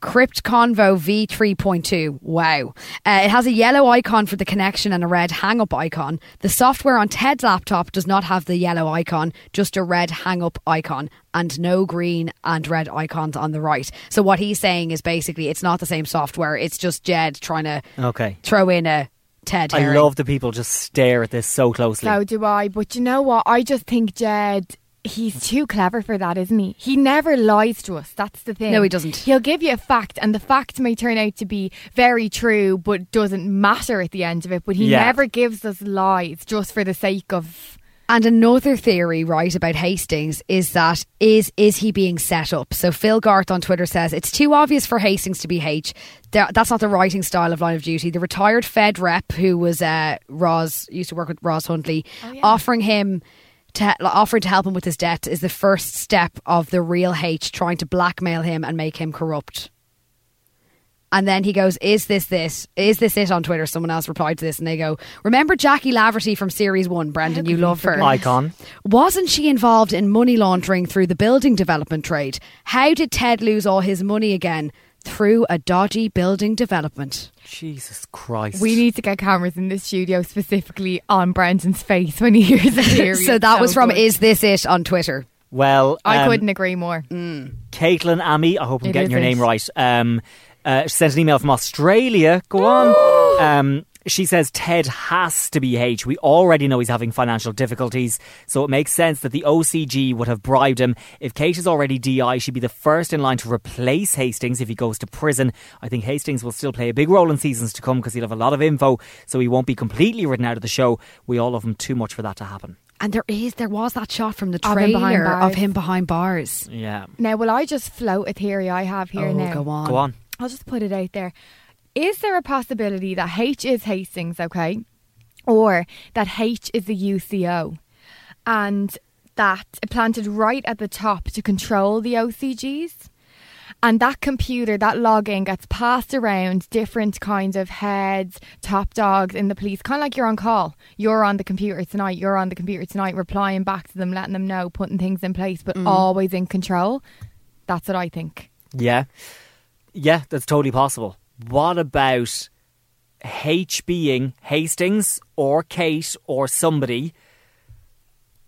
Crypt Convo V3.2. Wow. Uh, it has a yellow icon for the connection and a red hang up icon. The software on Ted's laptop does not have the yellow icon, just a red hang up icon and no green and red icons on the right. So what he's saying is basically it's not the same software, it's just Jed trying to Okay. throw in a Ted I herring. love the people just stare at this so closely. So do I. But you know what? I just think Jed. He's too clever for that, isn't he? He never lies to us. That's the thing. No, he doesn't. He'll give you a fact, and the fact may turn out to be very true, but doesn't matter at the end of it. But he Yeah. never gives us lies just for the sake of. And another theory, right, about Hastings is that is is he being set up? So Phil Garth on Twitter says it's too obvious for Hastings to be H. Tha- That's not the writing style of Line of Duty. The retired Fed rep who was uh, Roz used to work with Roz Huntley, offering him. To, offering to help him with his debt is the first step of the real H trying to blackmail him and make him corrupt. And then he goes, Is this this? Is this it on Twitter? Someone else replied to this and they go, Remember Jackie Laverty from series one, Brendan, you love her. Icon. Wasn't she involved in money laundering through the building development trade? How did Ted lose all his money again? Through a dodgy building development. Jesus Christ. We need to get cameras in this studio specifically on Brendan's face when he hears the theory. so It's that was from good. Is This It on Twitter. Well, I um, couldn't agree more. mm. Caitlin Amy, I hope I'm It getting your is it. name right. Um, uh, she sent an email from Australia. Go on. Um, she says Ted has to be H. We already know he's having financial difficulties, so it makes sense that the OCG would have bribed him. If Kate is already DI, she'd be the first in line to replace Hastings if he goes to prison. I think Hastings will still play a big role in seasons to come because he'll have a lot of info, so he won't be completely written out of the show. We all love him too much for that to happen. And there is there was that shot from the Of him behind trailer of bars. him behind bars. Yeah. Now, will I just float a theory I have here oh, now? go on. Go on. I'll just put it out there. Is there a possibility that H is Hastings, okay? Or that H is the UCO and that it planted right at the top to control the OCGs? And that computer, that login gets passed around different kinds of heads, top dogs in the police, kind of like you're on call. You're on the computer tonight, you're on the computer tonight, replying back to them, letting them know, putting things in place, but always in control. That's what I think. Yeah. Yeah, that's totally possible. What about H being Hastings or Kate or somebody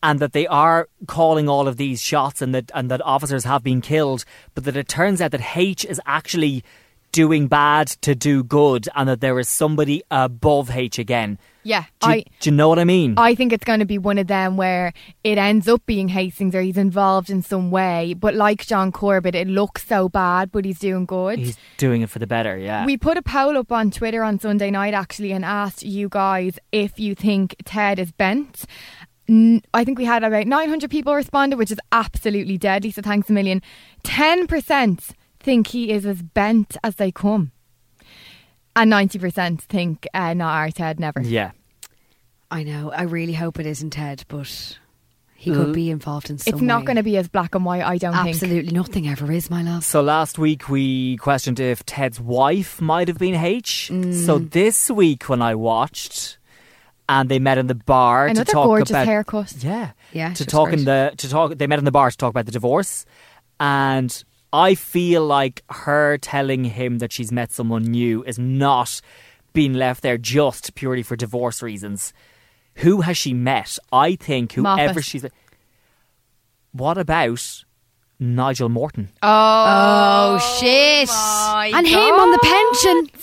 and that they are calling all of these shots and that and that officers have been killed, but that it turns out that H is actually doing bad to do good and that there is somebody above H again. Yeah, Do you, I do you know what I mean? I think it's going to be one of them where it ends up being Hastings or he's involved in some way. But like John Corbett, it looks so bad, but he's doing good. He's doing it for the better, yeah. we put a poll up on Twitter on Sunday night actually and asked you guys if you think Ted is bent. N- I think we had about 900 people responded, which is absolutely deadly. So thanks a million. 10% think he is as bent as they come. And 90% think, uh, not our Ted, never. yeah. I know. I really hope it isn't Ted, but he could be involved in some It's not way. going to be as black and white, I don't think. Absolutely nothing ever is, my love. So last week we questioned if Ted's wife might have been H. So Mm. this week when I watched, and they met in the bar to Another talk gorgeous about haircut. yeah Yeah, she to was talk in great. the to talk they met in the bar to talk about the divorce, and I feel like her telling him that she's met someone new is not being left there just purely for divorce reasons. Who has she met? I think whoever Moffat. she's. What about Nigel Morton? Oh, shit. and him on the pension.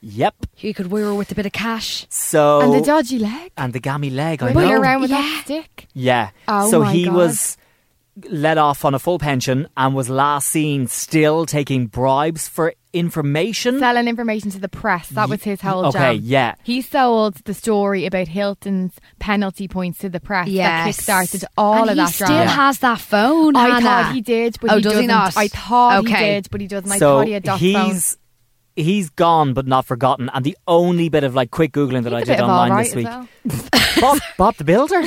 Yep. He could woo her with a bit of cash. So And the dodgy leg. and the gammy leg. I Whipping know. around with that stick. Yeah. Oh so my he God. was let off on a full pension and was last seen still taking bribes for information. Selling information to the press. That was his whole okay, job. yeah. He sold the story about Hilton's penalty points to the press that Yes. kickstarted all and of he that still drama. has that phone. I Hannah. thought he did, but oh, he does doesn't. he not? I thought okay. he did, but he doesn't. I so thought he had dot phone. he's he's gone but not forgotten. And the only bit of like quick googling that I He's a did bit of online all right this week, As well. Bob, Bob the Builder.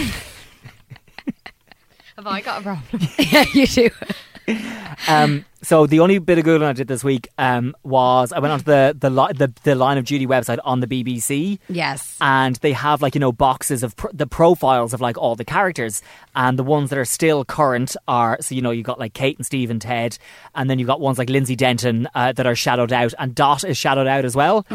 Have I got a problem? yeah, you do. Um, So the only bit of googling I did this week um, was I went onto the the, li- the the Line of Duty website on the BBC. Yes. and they have like you know boxes of pr- the profiles of like all the characters, and the ones that are still current are so you know you got like Kate and Steve and Ted, and then you got ones like Lindsay Denton uh, that are shadowed out, and Dot is shadowed out as well.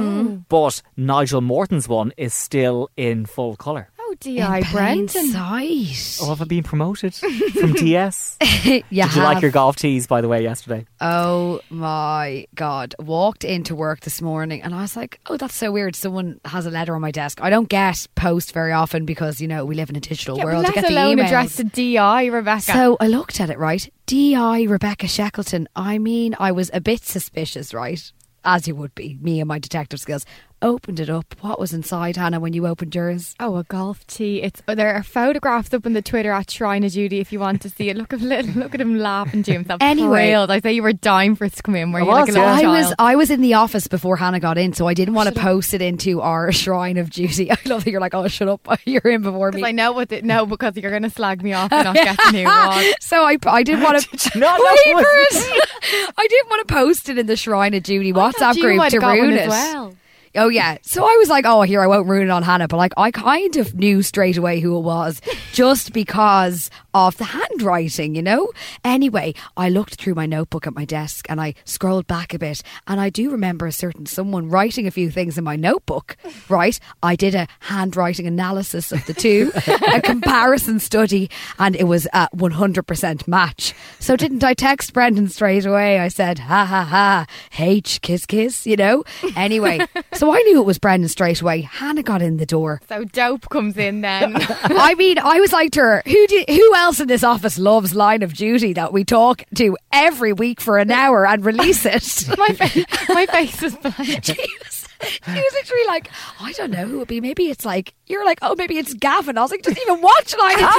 But Nigel Morton's one is still in full color. Oh, D.I. Brenton. Sight. Oh, have I been promoted from TS? you Did you like your golf tees, by the way, yesterday? Oh my God. Walked into work this morning and I was like, oh, that's so weird. Someone has a letter on my desk. I don't get post very often because, you know, we live in a digital Yeah, world. I let get the alone emails. addressed to D.I. Rebecca. So I looked at it, right? DI Rebecca Shackleton. I mean, I was a bit suspicious, right? As you would be, me and my detective skills. Opened it up. What was inside, Hannah, when you opened yours? Oh, a golf tee. It's oh, there are photographs up on the Twitter at Shrine of Judy if you want to see it. Look at little, look at him laughing to himself. Anyway. Thrilled. I say you were dying for it to come in. Were I you like a was, little yeah. I was child? I was in the office before Hannah got in, so I didn't want to post it into our shrine of duty. I love that you're like, oh, shut up, you're in before me. Because I know what it. No, because you're going to slag me off and not get the new one. so I, I didn't want to you not know wait what for it it. I didn't want to post it in the Shrine of Duty I thought WhatsApp you group might to have got one ruin as it. well. Oh yeah, so I was like, oh here I won't ruin it on Hannah, but like I kind of knew straight away who it was just because of the handwriting, you know. Anyway, I looked through my notebook at my desk and I scrolled back a bit, and I do remember a certain someone writing a few things in my notebook. Right, I did a handwriting analysis of the two, a comparison study, and it was a one hundred percent match. So didn't I text Brendan straight away? I said, ha ha ha, H kiss kiss, you know. Anyway, so I knew it was Brendan straight away. Hannah got in the door. So dope comes in then. I mean, I was like to her, who do, who else in this office loves Line of Duty that we talk to every week for an hour and release it? my face, my face is blank. she was, she was literally like, I don't know who it would be. Maybe it's like, you're like, oh, maybe it's Gavin. I was like, doesn't even watch Line of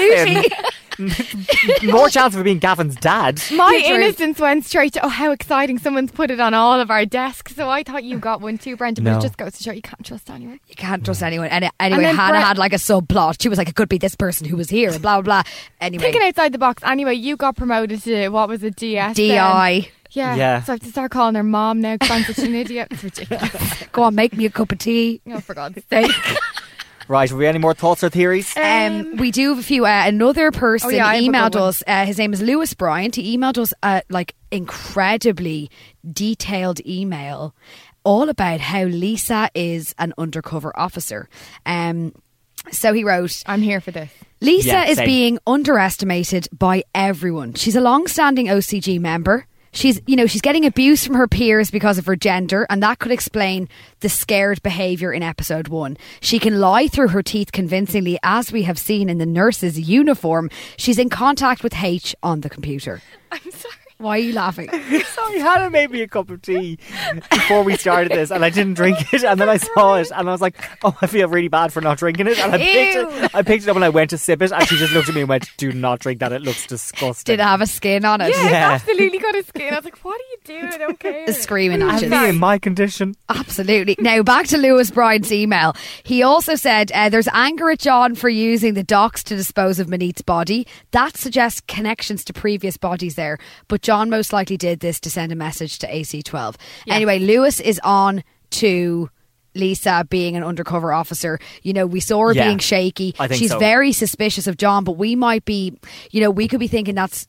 Duty. More chance of it being Gavin's dad. My Literally. innocence went straight to oh how exciting! Someone's put it on all of our desks. So I thought you got one too, Brendan. But No. it just goes to show you can't trust anyone. you can't trust anyone. Any, anyway, then Hannah Brett- had like a subplot. She was like, it could be this person who was here, and blah, blah, blah. Anyway, Thinking outside the box. Anyway, you got promoted to what was it, DS? then? DI. Yeah. Yeah. So I have to start calling her mom now because I'm such an idiot. It's ridiculous. Go on, make me a cup of tea. Oh, for God's sake. Right, have we any more thoughts or theories? Um, we do have a few. Uh, another person Oh, yeah, I have a emailed good one. us. Uh, his name is Lewis Bryant. He emailed us uh, like incredibly detailed email all about how Lisa is an undercover officer. Um, so he wrote, I'm here for this. Lisa Yeah, is same. being underestimated by everyone. She's a long-standing OCG member. She's, you know, she's getting abuse from her peers because of her gender, and that could explain the scared behavior in episode 1. She can lie through her teeth convincingly as we have seen in the nurse's uniform. She's in contact with H on the computer. I'm sorry. Why are you laughing? Sorry, Hannah made me a cup of tea before we started this, and I didn't drink it. And then I saw it, and I was like, "Oh, I feel really bad for not drinking it." And I picked Ew. it. I picked it up, and I went to sip it, and she just looked at me and went, "Do not drink that. It looks disgusting." Did it have a skin on it? Yeah, it's Yeah. absolutely got a skin. I was like, what are you doing? I don't care. Screaming at And you. me in my condition. Uh, Absolutely. Now back to Lewis Bryant's email. He also said uh, there's anger at John for using the docks to dispose of Manit's body. That suggests connections to previous bodies there, but John most likely did this to send a message to AC12. Anyway, Lewis is on to Lisa being an undercover officer. You know, we saw her Yeah. being shaky. I think She's so. very suspicious of John, but we might be, you know, we could be thinking that's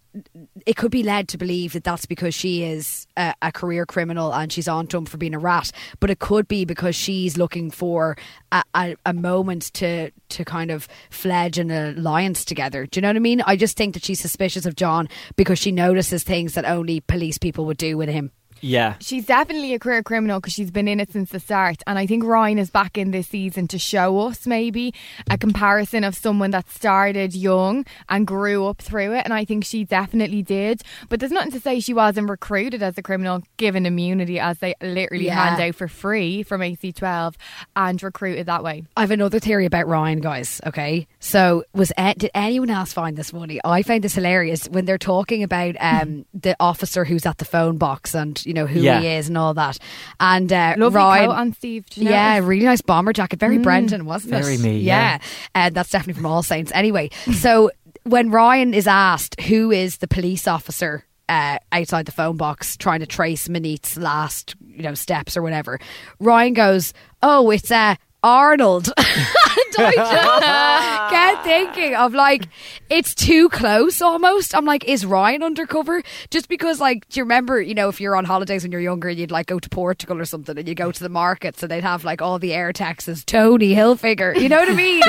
it could be led to believe that that's because she is a, a career criminal and she's on to him for being a rat, but it could be because she's looking for a, a, a moment to to kind of fledge an alliance together. Do you know what I mean? I just think that she's suspicious of John because she notices things that only police people would do with him. Yeah. She's definitely a career criminal because she's been in it since the start. And I think Ryan is back in this season to show us maybe a comparison of someone that started young and grew up through it. And I think she definitely did. But there's nothing to say she wasn't recruited as a criminal, given immunity as they literally Yeah. hand out for free from AC12 and recruited that way. I have another theory about Ryan, guys. Okay, so was a- did anyone else find this funny? I found this hilarious when they're talking about um, the officer who's at the phone box and you know who Yeah. he is and all that. And uh, Lovely Ryan coat on, Steve. Did you yeah, notice? really nice bomber jacket. Very Brendan, wasn't it? Very me, yeah. and that's definitely from All Saints. Anyway, so when Ryan is asked who is the police officer uh, outside the phone box trying to trace Manit's last, you know, steps or whatever. Ryan goes, "Oh, it's uh, Arnold." and I just kept thinking of like, it's too close almost. I'm like, is Ryan undercover? Just because, like, do you remember, you know, if you're on holidays when you're younger and you'd like go to Portugal or something and you go to the markets and they'd have like all the air taxes, Tony Hilfiger, you know what I mean? He's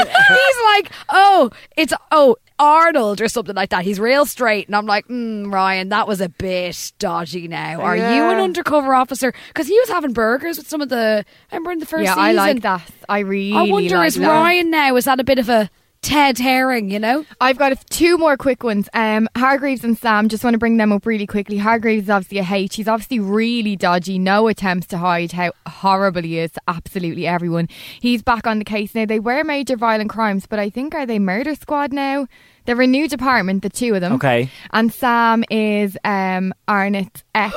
like, oh, it's, oh, Arnold or something like that. He's real straight. And I'm like, mm, Ryan, that was a bit dodgy now. Are you an Yeah. undercover officer? Because he was having burgers with some of the. Remember in the first yeah, season? I like that. I really. I wonder, like is that. Ryan now, is that a bit of a Ted Herring, you know? I've got a f- two more quick ones. Um, Hargreaves and Sam, just want to bring them up really quickly. Hargreaves is obviously a H. He's obviously really dodgy. No attempts to hide how horrible he is to absolutely everyone. He's back on the case now. They were major violent crimes, but I think are they murder squad now? They're a new department, the two of them. Okay. And Sam is um, Arnott's ex.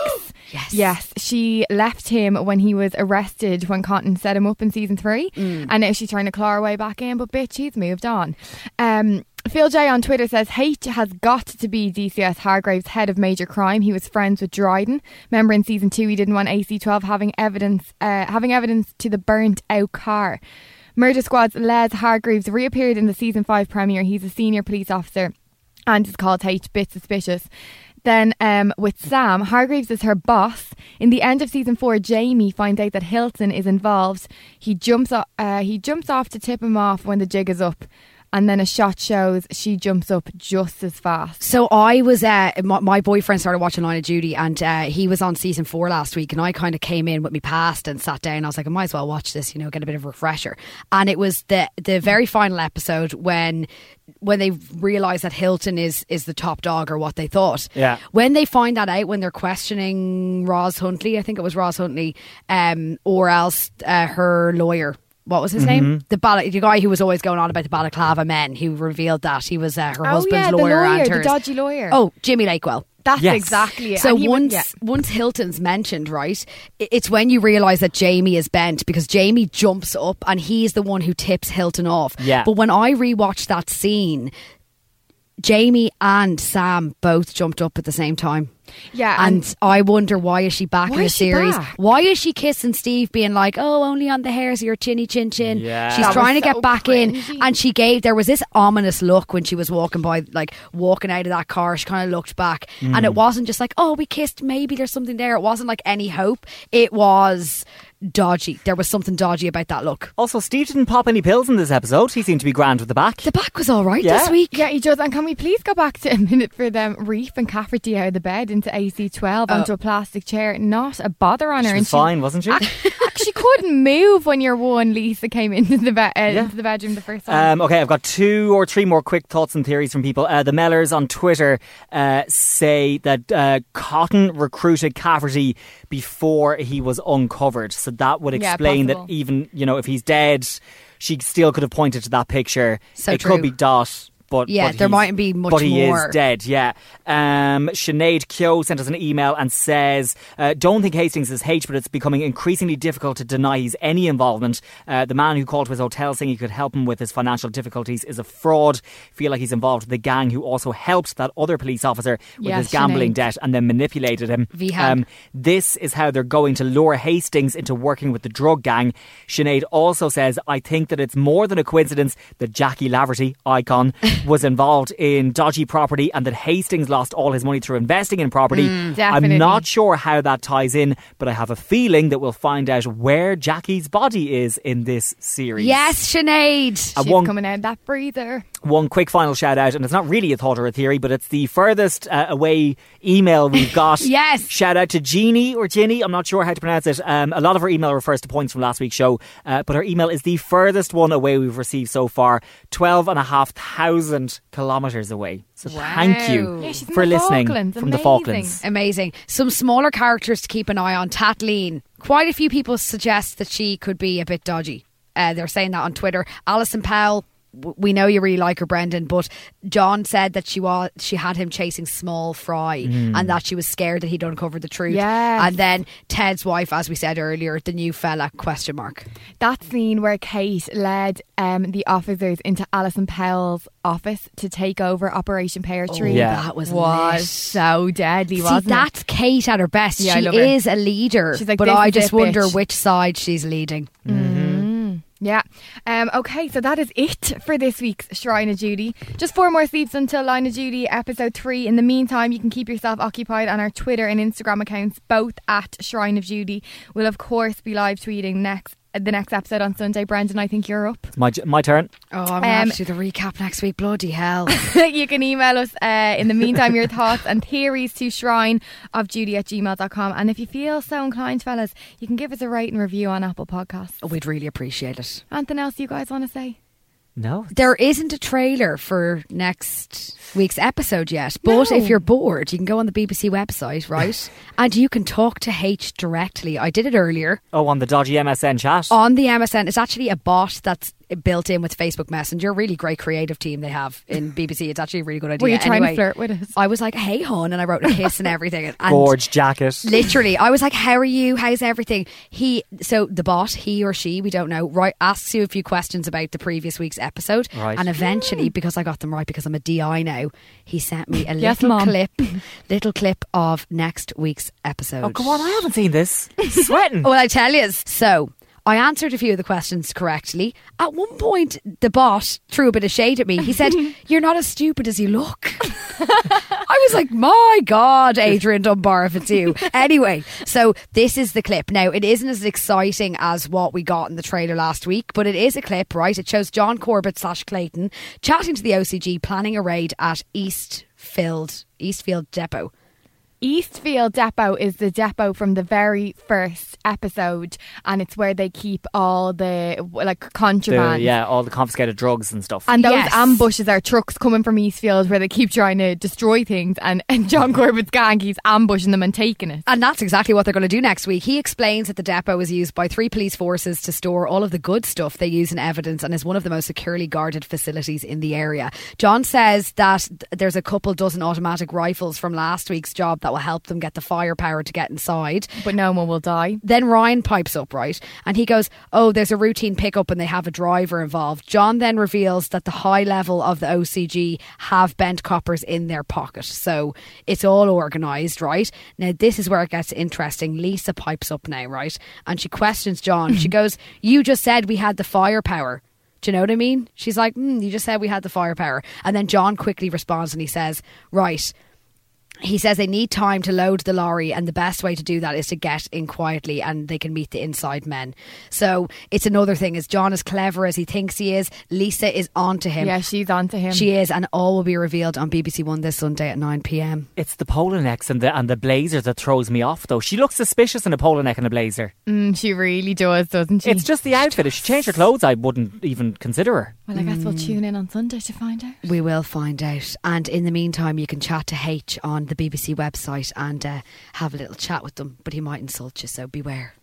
Yes. Yes, she left him when he was arrested when Cotton set him up in season three, and now she's trying to claw her way back in. But bitch, she's moved on. Um, Phil J on Twitter says H has got to be DCS Hargrave's head of major crime. He was friends with Dryden. Remember in season two, he didn't want AC12 having evidence, uh, having evidence to the burnt out car. Murder Squad's Les Hargreaves reappeared in the season five premiere. He's a senior police officer and is called H bit suspicious. Then um, with Sam, Hargreaves is her boss. In the end of season four, Jamie finds out that Hilton is involved. He jumps o- uh, he jumps off to tip him off when the jig is up, and then a shot shows she jumps up just as fast. So I was, uh, my, my boyfriend started watching Line of Duty and uh, he was on season four last week and I kind of came in with me past and sat down. I was like, I might as well watch this, you know, get a bit of a refresher. And it was the the very final episode when when they realize that Hilton is is the top dog or what they thought. Yeah. When they find that out, when they're questioning Roz Huntley, I think it was Roz Huntley, um, or else uh, her lawyer. What was his name? The bala- the guy who was always going on about the balaclava men, who revealed that he was uh, her husband's Oh, yeah, the lawyer, and lawyer, the hers. dodgy lawyer. Oh, Jimmy Lakewell. That's Yes. exactly it. So And he would- once yeah. once Hilton's mentioned, right, i- it's when you realise that Jamie is bent because Jamie jumps up and he's the one who tips Hilton off. Yeah. But when I rewatched that scene, Jamie and Sam both jumped up at the same time. Yeah, And, and- I wonder why is she back Why in the is she series? back? Why is she kissing Steve being like, Oh, only on the hairs of your chinny chin chin? Yeah. She's That trying to was get so back cringy. in and she gave there was this ominous look when she was walking by like walking out of that car she kind of looked back Mm. and it wasn't just like oh we kissed maybe there's something there it wasn't like any hope it was dodgy there was something dodgy about that look Also, Steve didn't pop any pills in this episode. He seemed to be grand with the back. the back was all right Yeah. this week Yeah, he does. And can we please go back to a minute for them Reef and Cafferty out of the bed into AC12 onto a plastic chair? Not a bother on her. Oh. she was and she- fine, wasn't she? she couldn't move when your one Lisa came into the be- uh, into the bedroom the first Um, time. okay, I've got two or three more quick thoughts and theories from people. Uh, the Mellers on Twitter uh, say that uh, Cotton recruited Cafferty before he was uncovered, so that would Yeah, explain that possible. even you know if he's dead, she still could have pointed to that picture. So it true. could be Dot. But, Yeah, but there he's- mightn't be much But he more. is dead. Yeah. Um, Sinead Kyo sent us an email and says, uh, "Don't think Hastings is H, but it's becoming increasingly difficult to deny he's any involvement. Uh, the man who called to his hotel saying he could help him with his financial difficulties is a fraud. Feel like he's involved with the gang who also helped that other police officer with Yeah, his gambling Sinead. debt and then manipulated him. Um, Vihang. This is how they're going to lure Hastings into working with the drug gang. Sinead also says, I think that it's more than a coincidence that Jackie Laverty, icon, was involved in dodgy property and that Hastings lost all his money through investing in property. definitely. I'm not sure how that ties in, but I have a feeling that we'll find out where Jackie's body is in this series. yes Sinead And She's one coming out of that breather. one quick final shout out, and it's not really a thought or a theory, but it's the furthest uh, away email we've got. Yes. Shout out to Jeannie or Ginny. I'm not sure how to pronounce it. Um, a lot of her email refers to points from last week's show, uh, but her email is the furthest one away we've received so far 12,500 kilometres away. So thank you Yeah, she's in for the listening Falklands. from the Amazing. Falklands. amazing some smaller characters to keep an eye on Tatleen quite a few people suggest that she could be a bit dodgy uh, they're saying that on Twitter Alison Powell w- we know you really like her, Brendan, but John said that she was she had him chasing small fry Mm. and that she was scared that he'd uncover the truth. Yes. And then Ted's wife, as we said earlier, the new fella question mark. That scene where Kate led um, the officers into Alison Powell's office to take over Operation Pear Oh, Tree. Yeah. that was lit. so deadly, See, wasn't it? that's Kate at her best. Yeah, I she love her. is a leader, She's like, but "This I is just it, wonder bitch." which side she's leading. Mm, yeah. Um, okay, so that is it for this week's Shrine of Duty. Just four more sleeps until Line of Duty episode three. In the meantime, you can keep yourself occupied on our Twitter and Instagram accounts, both at Shrine of Duty. We'll of course be live tweeting next the next episode on Sunday. Brendan, I think you're up. It's my my turn. Oh, I'm gonna have Um, to do the recap next week. Bloody hell! you can email us uh, in the meantime your thoughts and theories to shrine of duty at gmail.com. And if you feel so inclined, fellas, you can give us a rate and review on Apple Podcasts. We'd really appreciate it. Anything else you guys want to say? No, There isn't a trailer for next week's episode yet, but No. if you're bored, you can go on the BBC website, right? and you can talk to H directly. I did it earlier. Oh, on the dodgy MSN chat. Oh, on the MSN. It's actually a bot that's built in with Facebook Messenger. Really great creative team they have in BBC. It's actually a really good idea. Were you trying to anyway, flirt with us? I was like, "Hey, hon," and I wrote a kiss and everything. And Gorge jacket. Literally, I was like, "How are you? How's everything?" He, so the bot, he or she, we don't know, right, asks you a few questions about the previous week's episode, Right. and eventually, because I got them right, because I'm a DI now, he sent me a Yes, little Mom. clip, little clip of next week's episode. Oh, go on. I haven't seen this. Sweating. Oh, Oh, Well, I tell you. So I answered a few of the questions correctly. At one point, the bot threw a bit of shade at me. He said, "You're not as stupid as you look." I was like, "My God, Adrian Dunbar, if it's you." Anyway, so this is the clip. Now, it isn't as exciting as what we got in the trailer last week, but it is a clip, right? It shows John Corbett slash Clayton chatting to the OCG, planning a raid at Eastfield Eastfield Depot. Eastfield Depot is the depot from the very first episode, and it's where they keep all the like The, contraband. yeah, all the confiscated drugs and stuff. And those ambushes are trucks coming from Eastfield where they keep trying to destroy things, and, and John Corbett's gang keeps ambushing them and taking it. And that's exactly what they're going to do next week. He explains that the depot is used by three police forces to store all of the good stuff they use in evidence and is one of the most securely guarded facilities in the area. John says that th- there's a couple dozen automatic rifles from last week's job that will help them get the firepower to get inside. But no one will die. Then Ryan pipes up, right? And he goes, Oh, there's a routine pickup and they have a driver involved. John then reveals that the high level of the OCG have bent coppers in their pocket. So it's all organised, right? Now, this is where it gets interesting. Lisa pipes up now, right? And she questions John. she goes, You just said we had the firepower. Do you know what I mean? She's like, mm, You just said we had the firepower. And then John quickly responds and he says, Right he says they need time to load the lorry, and the best way to do that is to get in quietly, and they can meet the inside men. So it's another thing: is John as clever as he thinks he is? Lisa is onto him. Yeah, she's onto him. She is, and all will be revealed on BBC One this Sunday at nine pm. It's the polo necks and the and the blazer that throws me off, though. She looks suspicious in a polo neck and a blazer. Mm, she really does, doesn't she? It's just the outfit. If she changed her clothes, I wouldn't even consider her. Well, I guess we'll tune in on Sunday to find out. We will find out, and in the meantime, you can chat to H on the BBC website and uh, have a little chat with them. But he might insult you, so beware.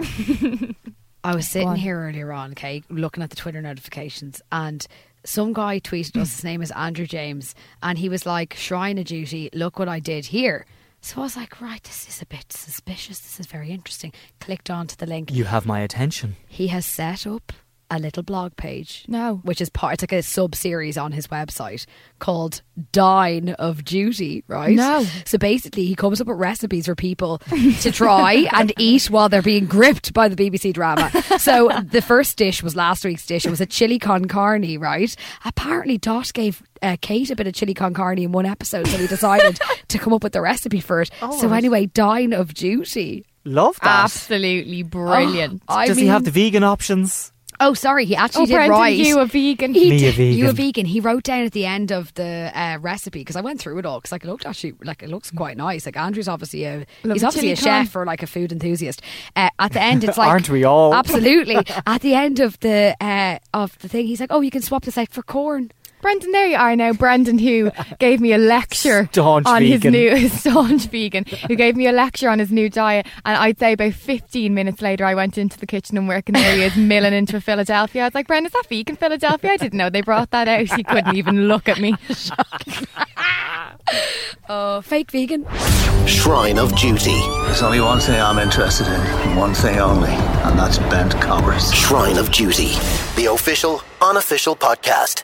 I was sitting on. here earlier on, okay, looking at the Twitter notifications, and some guy tweeted us. His name is Andrew James, and he was like, "Shrine of Duty, look what I did here." So I was like, "Right, this is a bit suspicious. This is very interesting." Clicked onto the link. You have my attention. He has set up a little blog page. No. Which is part, it's like a sub series on his website called Dine of Duty, right? No. So basically, he comes up with recipes for people to try and eat while they're being gripped by the BBC drama. So the first dish was last week's dish. It was a chili con carne, right? Apparently, Dot gave. Uh, Kate a bit of chili con carne in one episode, so we decided to come up with the recipe for it. Oh, so right. anyway, dine of duty. Love that. Absolutely brilliant. I Does he have the mean- vegan options? Oh, sorry, he actually Oh, did Brendan, right. you a vegan. He Me a did- You a vegan. vegan. He wrote down at the end of the uh, recipe because I went through it all because like it looked actually like it looks quite nice. Like Andrew's obviously a Love he's a obviously a chili con. chef or like a food enthusiast. Uh, at the end, it's like Aren't we all? absolutely? at the end of the uh, of the thing, he's like, oh, you can swap this out for corn. Brendan, there you are now. Brendan, who gave me a lecture Staunch on vegan. his new staunch vegan, who gave me a lecture on his new diet, and I'd say about fifteen minutes later, I went into the kitchen and working there he is milling into a Philadelphia. I was like, Brendan, is that vegan Philadelphia? I didn't know they brought that out. He couldn't even look at me. Oh, fake vegan. Shrine of Duty. There's only one thing I'm interested in, and one thing only, and that's bent coppers. Shrine of Duty, the official, unofficial podcast.